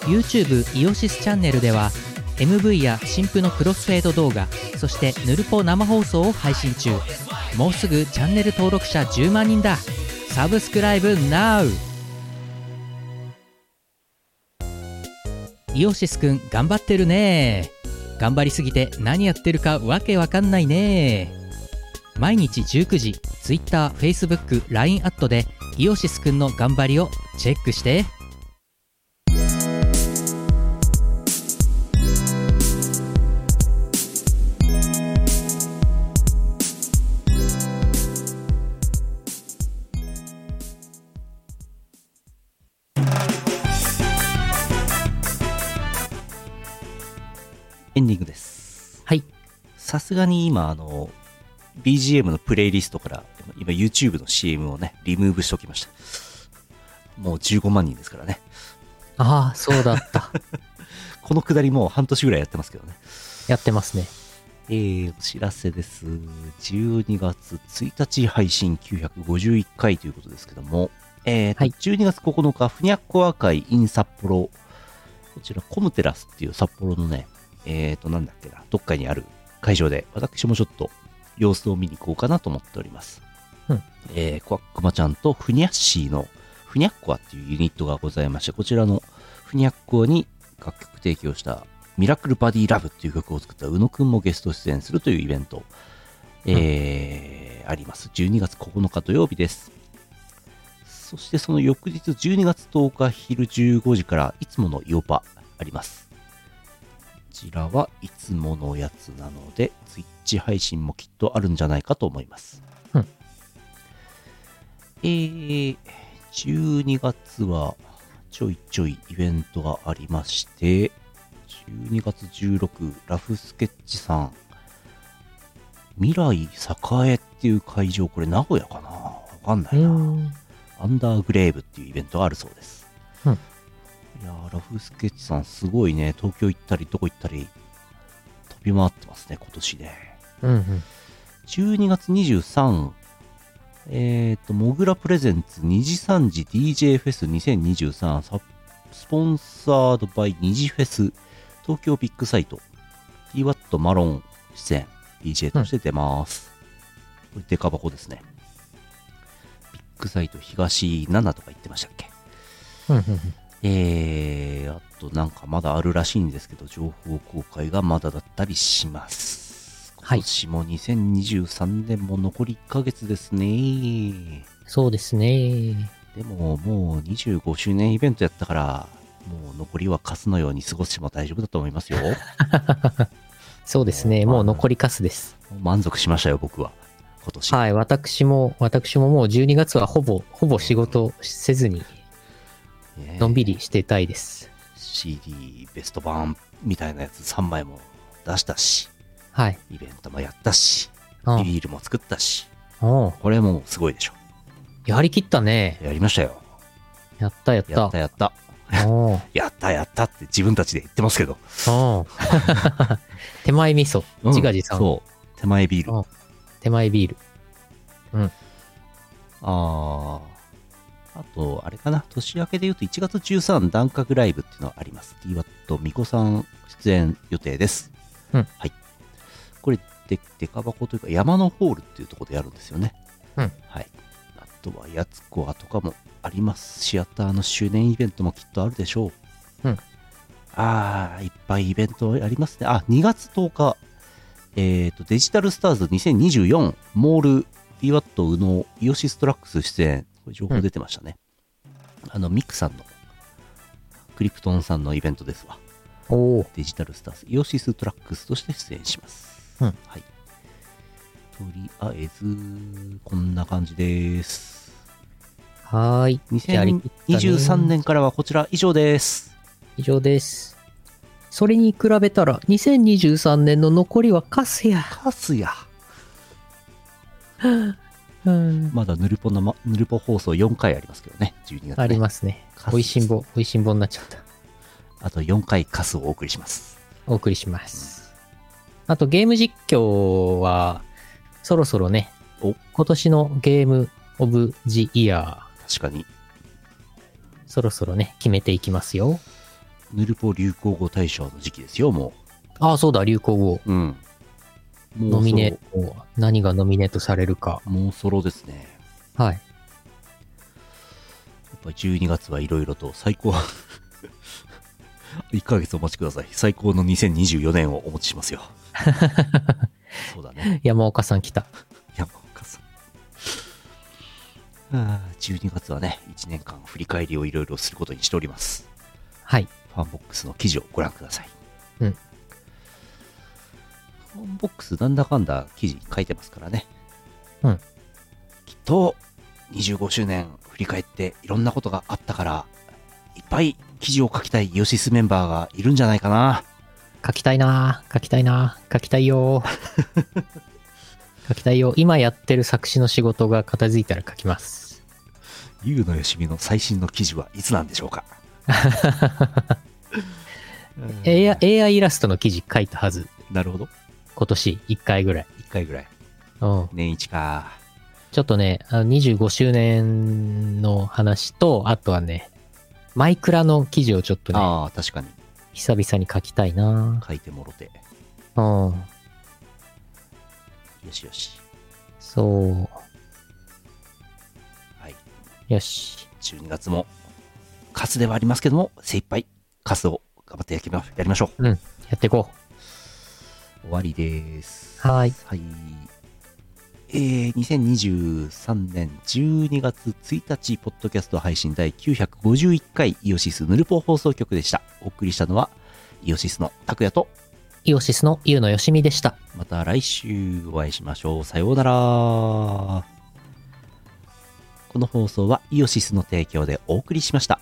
Speaker 1: YouTube イオシスチャンネルでは MV や新婦のクロスフェード動画そしてヌルポ生放送を配信中もうすぐチャンネル登録者10万人だサブスクライブ NOW イオシスくん頑張ってるね頑張りすぎて何やってるかわけわかんないね毎日19時 TwitterFacebookLINE アットでイオシスくんの頑張りをチェックして
Speaker 2: エンディングです。
Speaker 1: はい
Speaker 2: さすがに今、あの、BGM のプレイリストから、今 YouTube の CM をね、リムーブしておきました。もう15万人ですからね。
Speaker 1: ああそうだ った
Speaker 2: このくだりもう半年ぐらいやってますけどね。
Speaker 1: やってますね。
Speaker 2: えー、お知らせです。12月1日配信951回ということですけども、えーと
Speaker 1: はい
Speaker 2: 12月9日、ふにゃっこ赤い in 札幌、こちらコムテラスっていう札幌のね、えーと、なんだっけな、どっかにある会場で、私もちょっと様子を見に行こうかなと思っております。
Speaker 1: うん
Speaker 2: えー、こわっくまちゃんとふにゃっしーのふにゃっこわっていうユニットがございまして、こちらのふにゃっこわに楽曲提供したミラクルバディラブっていう曲を作った宇野くんもゲスト出演するというイベント、えーあります。12月9日土曜日です。そしてその翌日12月10日昼15時からいつものヨパあります。こちらはいつものやつなので、Twitch 配信もきっとあるんじゃないかと思います。
Speaker 1: うん
Speaker 2: えー、12月はちょいちょいイベントがありまして、12月16ラフスケッチさん未来栄っていう会場これ名古屋かなわかんないな、アンダーグレーブっていうイベントがあるそうです、
Speaker 1: うん
Speaker 2: いやーラフスケッチさんすごいね東京行ったりどこ行ったり飛び回ってますね今年ね
Speaker 1: うんうん。
Speaker 2: 12月23、えっ、と、モグラプレゼンツ2時3時 DJ フェス2023サスポンサードバイ2時フェス東京ビッグサイト TWAT マロン出演 DJ として出ます。これデカ箱ですね。ビッグサイト東7とか言ってましたっけ
Speaker 1: うんうんうん
Speaker 2: えー、あとなんかまだあるらしいんですけど、情報公開がまだだったりします。
Speaker 1: はい
Speaker 2: 今年も2023年も残り1ヶ月ですね。
Speaker 1: そうですね。
Speaker 2: でももう25周年イベントやったから、もう残りはカスのように過ごしても大丈夫だと思いま すよ。も
Speaker 1: そうですね。もう残りカスです。
Speaker 2: う満足しましたよ、僕は。今年。
Speaker 1: はい。私も、私ももう12月はほぼ、ほぼ仕事せずに、
Speaker 2: ね
Speaker 1: のんびりしてたいです。
Speaker 2: CD ベスト版みたいなやつ3枚も出したし、
Speaker 1: はい。
Speaker 2: イベントもやったし、
Speaker 1: うん
Speaker 2: ビールも作ったし、
Speaker 1: おう
Speaker 2: これもうすごいでしょ。
Speaker 1: やりきったね。
Speaker 2: やりましたよ。
Speaker 1: やったやっ
Speaker 2: や
Speaker 1: た。
Speaker 2: ったやった。
Speaker 1: おう
Speaker 2: やったやったって自分たちで言ってますけど。
Speaker 1: お う手前味噌。
Speaker 2: うん
Speaker 1: 自画自賛。
Speaker 2: そう。手前ビール。
Speaker 1: うん手前ビール。
Speaker 2: ああ。あと、あれかな。年明けで言うと1月13段角ライブっていうのがあります。DWAT ミコさん出演予定です。
Speaker 1: うん
Speaker 2: はい。これ、で、デカ箱というか山のホールっていうところでやるんですよね。
Speaker 1: うん
Speaker 2: はい。あとは、やつこわとかもあります。シアターの周年イベントもきっとあるでしょう。
Speaker 1: うん
Speaker 2: ああ、いっぱいイベントありますね。あ、2月10日。えっ、と、デジタルスターズ2024モール DWAT 宇野イオシストラックス出演。これ情報出てましたね。あの、ミクさんの、クリプトンさんのイベントですわ。
Speaker 1: おお。
Speaker 2: デジタルスターズイオシストラックスとして出演します。
Speaker 1: うん
Speaker 2: はい。とりあえず、こんな感じです。
Speaker 1: はーい。やりきったね
Speaker 2: 2023年からはこちら以上です。
Speaker 1: 以上です。それに比べたら、2023年の残りはカスや。
Speaker 2: カスや。
Speaker 1: うん。
Speaker 2: まだヌルポの、ま、ヌルポ放送4回ありますけどね。12月、ね。
Speaker 1: ありますね
Speaker 2: カ。ス
Speaker 1: おいしんぼ、おいしんぼになっちゃった。
Speaker 2: あと4回カスをお送りします。
Speaker 1: お送りします。あとゲーム実況は、そろそろね
Speaker 2: お、
Speaker 1: 今年のゲームオブジイヤ
Speaker 2: 確かに。
Speaker 1: ー、そろそろね、決めていきますよ。
Speaker 2: ヌルポ流行語大賞の時期ですよ、も
Speaker 1: ああ、そうだ、流行語。
Speaker 2: う。うん。もう
Speaker 1: ノミネート、何がノミネートされるか。
Speaker 2: そろもうそろですね。
Speaker 1: はい。
Speaker 2: やっぱり12月はいろいろと最高。1ヶ月お待ちください。最高の2024年をお持ちしま すよ。そうだね。
Speaker 1: 山岡さん来た。
Speaker 2: 山岡さん。ああ12月はね、1年間振り返りをいろいろすることにしております。
Speaker 1: はい。
Speaker 2: ファンボックスの記事をご覧ください。
Speaker 1: うん
Speaker 2: ファンボックスなんだかんだ記事書いてますからね。
Speaker 1: うん。
Speaker 2: きっと、25周年振り返っていろんなことがあったから、いっぱい記事を書きたいヨシスメンバーがいるんじゃないかな。
Speaker 1: 書きたいなー書きたいなー書きたいよ ー書きたいよー今やってる作詞の仕事が片付いたら書きます。
Speaker 2: ゆうのよしみの最新の記事はいつなんで しょうか
Speaker 1: AI, AI イラストの記事書いたはず。
Speaker 2: なるほど。
Speaker 1: 今年1回ぐらい。
Speaker 2: 1回ぐらい。
Speaker 1: うん。
Speaker 2: 年一か。
Speaker 1: ちょっとね、あの25周年の話と、あとはね、マイクラの記事をちょっとね、
Speaker 2: ああ、確かに。
Speaker 1: 久々に書きたいな
Speaker 2: 書いてもろて。
Speaker 1: うん。
Speaker 2: よしよし。
Speaker 1: そ
Speaker 2: はい。
Speaker 1: う。よし。
Speaker 2: 12月も、カスではありますけども、精一杯、カスを頑張ってやきまやりましょう。
Speaker 1: やっていこ
Speaker 2: 終わりです。
Speaker 1: う。はーい。
Speaker 2: はい。えー、2023年12月1日、ポッドキャスト配信第951回、イオシスヌルポ放送局でした。お送りしたのは、イオシスの拓也と、
Speaker 1: イオシスのゆうのよしみでした。
Speaker 2: また来週お会いしましょう。さようなら。この放送はイオシスの提供でお送りしました。